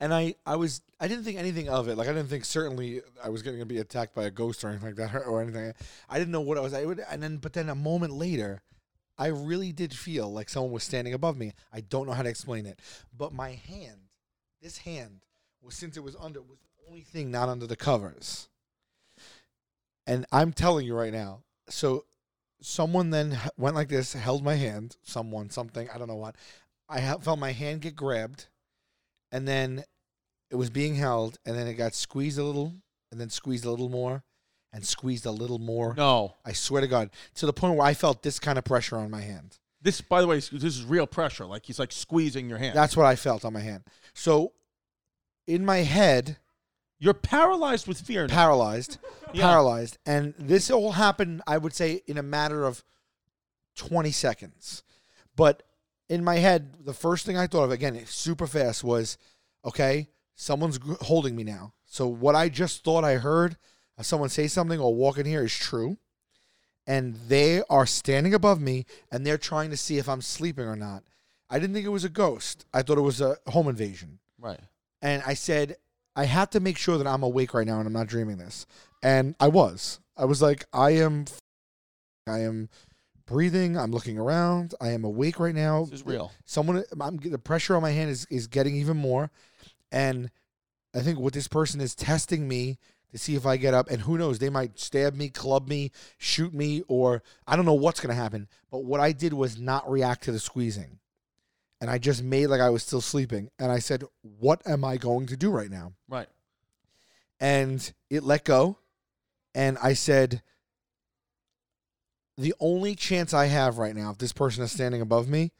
And I I was I didn't think anything of it. Like I didn't think certainly I was going to be attacked by a ghost or anything like that or, or anything. I didn't know what I was. I would and then but then a moment later. I really did feel like someone was standing above me. I don't know how to explain it, but my hand, this hand, was since it was under, was the only thing not under the covers. And I'm telling you right now. So someone then h- went like this, held my hand, someone, something, I don't know what. I ha- felt my hand get grabbed and then it was being held and then it got squeezed a little and then squeezed a little more and squeezed a little more.
No.
I swear to God, to the point where I felt this kind of pressure on my hand.
This, by the way, is- this is real pressure. Like he's like squeezing your hand.
That's what I felt on my hand. So in my head,
You're paralyzed with fear. Now.
paralyzed,
Yeah.
paralyzed, and this all happened. I would say in a matter of twenty seconds, but in my head, the first thing I thought of again, it's super fast, was okay, someone's gr- holding me now. So what I just thought I heard, uh, someone say something or walk in here is true, and they are standing above me and they're trying to see if I'm sleeping or not. I didn't think it was a ghost. I thought it was a home invasion
Right.
and I said, I have to make sure that I'm awake right now and I'm not dreaming this. And I was. I was like, I am, f- I am breathing. I'm looking around. I am awake right now.
This is real.
Someone, I'm the pressure on my hand is is getting even more, and I think what this person is testing me to see if I get up. And who knows, they might stab me, club me, shoot me, or I don't know what's gonna happen. But what I did was not react to the squeezing and I just made like I was still sleeping. And I said, What am I going to do right now?
Right.
And it let go. And I said, The only chance I have right now, if this person is standing above me,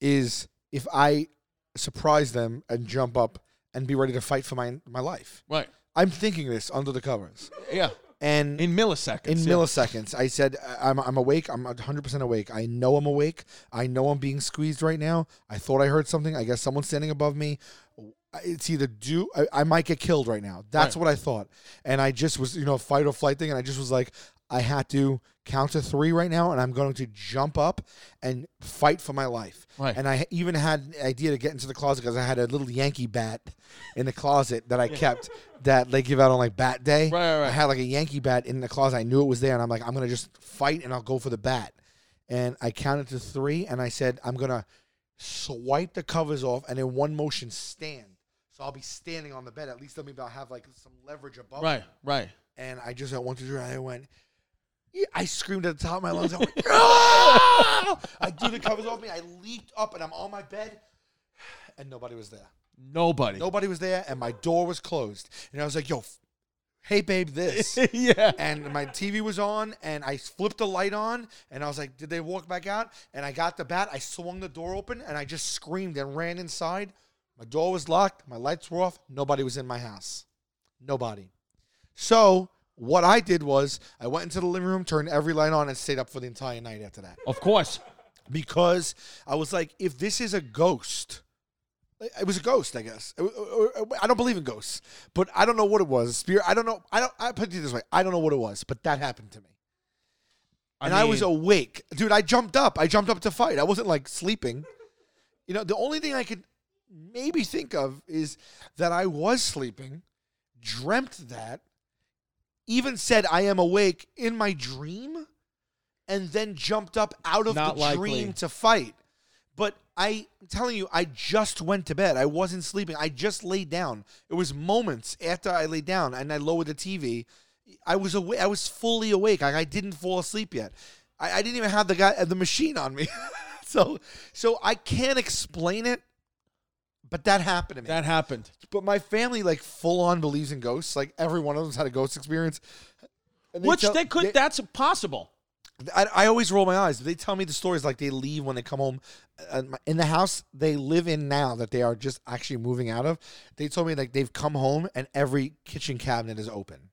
is if I surprise them and jump up and be ready to fight for my, my life.
Right.
I'm thinking this under the covers.
Yeah.
And
In milliseconds.
in
yeah.
milliseconds. I said, "I- I'm, I'm awake. I'm 100% awake. I know I'm awake. I know I'm being squeezed right now. I thought I heard something. I guess someone's standing above me. It's either do, I, I might get killed right now. That's what I thought. And I just was, you know, fight or flight thing. And I just was like, I had to count to three right now. And I'm going to jump up and fight for my life.
Right.
And I even had an idea to get into the closet because I had a little Yankee bat in the closet that I kept that they give out on like bat day.
Right, right, right.
I had like a Yankee bat in the closet. I knew it was there, and I'm like, I'm gonna just fight, and I'll go for the bat. And I counted to three, and I said, I'm gonna swipe the covers off, and in one motion stand. So I'll be standing on the bed. At least let me about have like some leverage above.
Right.
me.
Right.
And I just went one, two, three. And I went. Yeah, I screamed at the top of my lungs. I went, "Ah!" I threw the covers off me. I leaped up, and I'm on my bed, and nobody was there.
Nobody.
Nobody was there, and my door was closed. And I was like, "Yo, f- hey, babe, this."
yeah.
and my TV was on, and I flipped the light on, and I was like, "Did they walk back out?" And I got the bat. I swung the door open, and I just screamed and ran inside. My door was locked. My lights were off. Nobody was in my house. Nobody. So what I did was I went into the living room, turned every light on, and stayed up for the entire night after that
Of course.
because I was like, if this is a ghost, it was a ghost, I guess. It wa- or- or- I don't believe in ghosts, but I don't know what it was. Spirit, I don't know. I don't. I put it this way: I don't know what it was, but that happened to me, and I was awake, dude. I jumped up. I jumped up to fight. I wasn't like sleeping. You know, the only thing I could maybe think of is that I was sleeping, dreamt that, even said I am awake in my dream, and then jumped up out of
Not
the
likely.
dream to fight. But I, I'm telling you, I just went to bed. I wasn't sleeping. I just laid down. It was moments after I laid down and I lowered the TV. I was awake. I was fully awake. Like I didn't fall asleep yet. I, I didn't even have the guy uh, the machine on me. so so I can't explain it. But that happened to me.
That happened.
but my family like full on believes in ghosts. Like every one of them's had a ghost experience. And
Which
tell-
they could. that's possible.
I, I always roll my eyes. They tell me the stories like they leave when they come home. Uh, my- in the house they live in now that they are just actually moving out of, they told me like they've come home and every kitchen cabinet is open.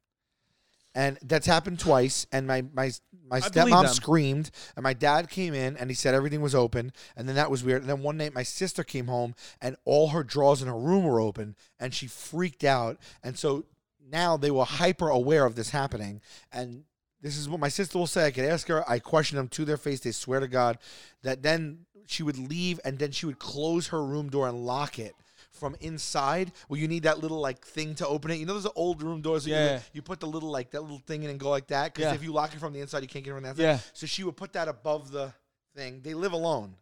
And that's happened twice. And my my my
believe
stepmom
them.
screamed, and my dad came in and he said everything was open. And then that was weird. And then one night my sister came home and all her drawers in her room were open, and she freaked out. And so now they were hyper aware of this happening. And this is what my sister will say. I could ask her. I question them to their face. They swear to God that then she would leave and then she would close her room door and lock it from inside. Well, you need that little like thing to open it. You know those old room doors. That
Yeah.
You, you put the little like that little thing in and go like that because
Yeah.
if you lock it from the inside, you can't get it from the outside.
Yeah.
So she would put that above the thing. They live alone.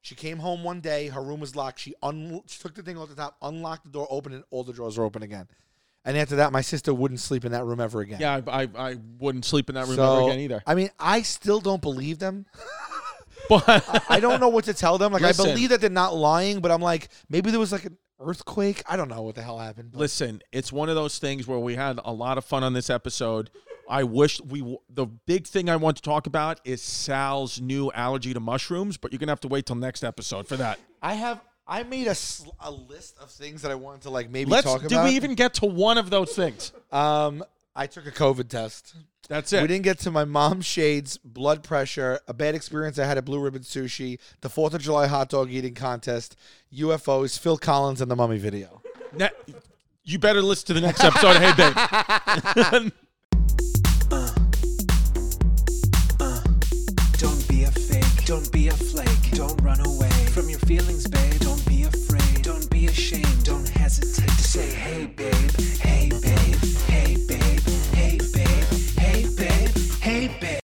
She came home one day. Her room was locked. She, un- she took the thing off the top, unlocked the door, opened it. All the drawers were open again. And after that, my sister wouldn't sleep in that room ever again.
Yeah, I, I, I wouldn't sleep in that room
So,
ever again either.
I mean, I still don't believe them.
But
I don't know what to tell them. Like,
Listen.
I believe that they're not lying, but I'm like, maybe there was like an earthquake. I don't know what the hell happened. but-
Listen, it's one of those things where we had a lot of fun on this episode. I wish we the big thing I want to talk about is Sal's new allergy to mushrooms, but you're going to have to wait till next episode for that.
I have, I made a, sl- a list of things that I wanted to like maybe
Let's
talk
did
about.
we even get to one of those things?
Um, I took a COVID test.
That's
We
it.
didn't get to my mom shades, blood pressure, a bad experience I had at Blue Ribbon Sushi, the Fourth of July hot dog eating contest, UFOs, Phil Collins, and the mummy video.
Ne- you better listen to the next episode. of hey babe.
Don't be a fake, don't be a flake, don't run away from your feelings, babe. Don't be afraid, don't be ashamed, don't hesitate to say, hey, babe,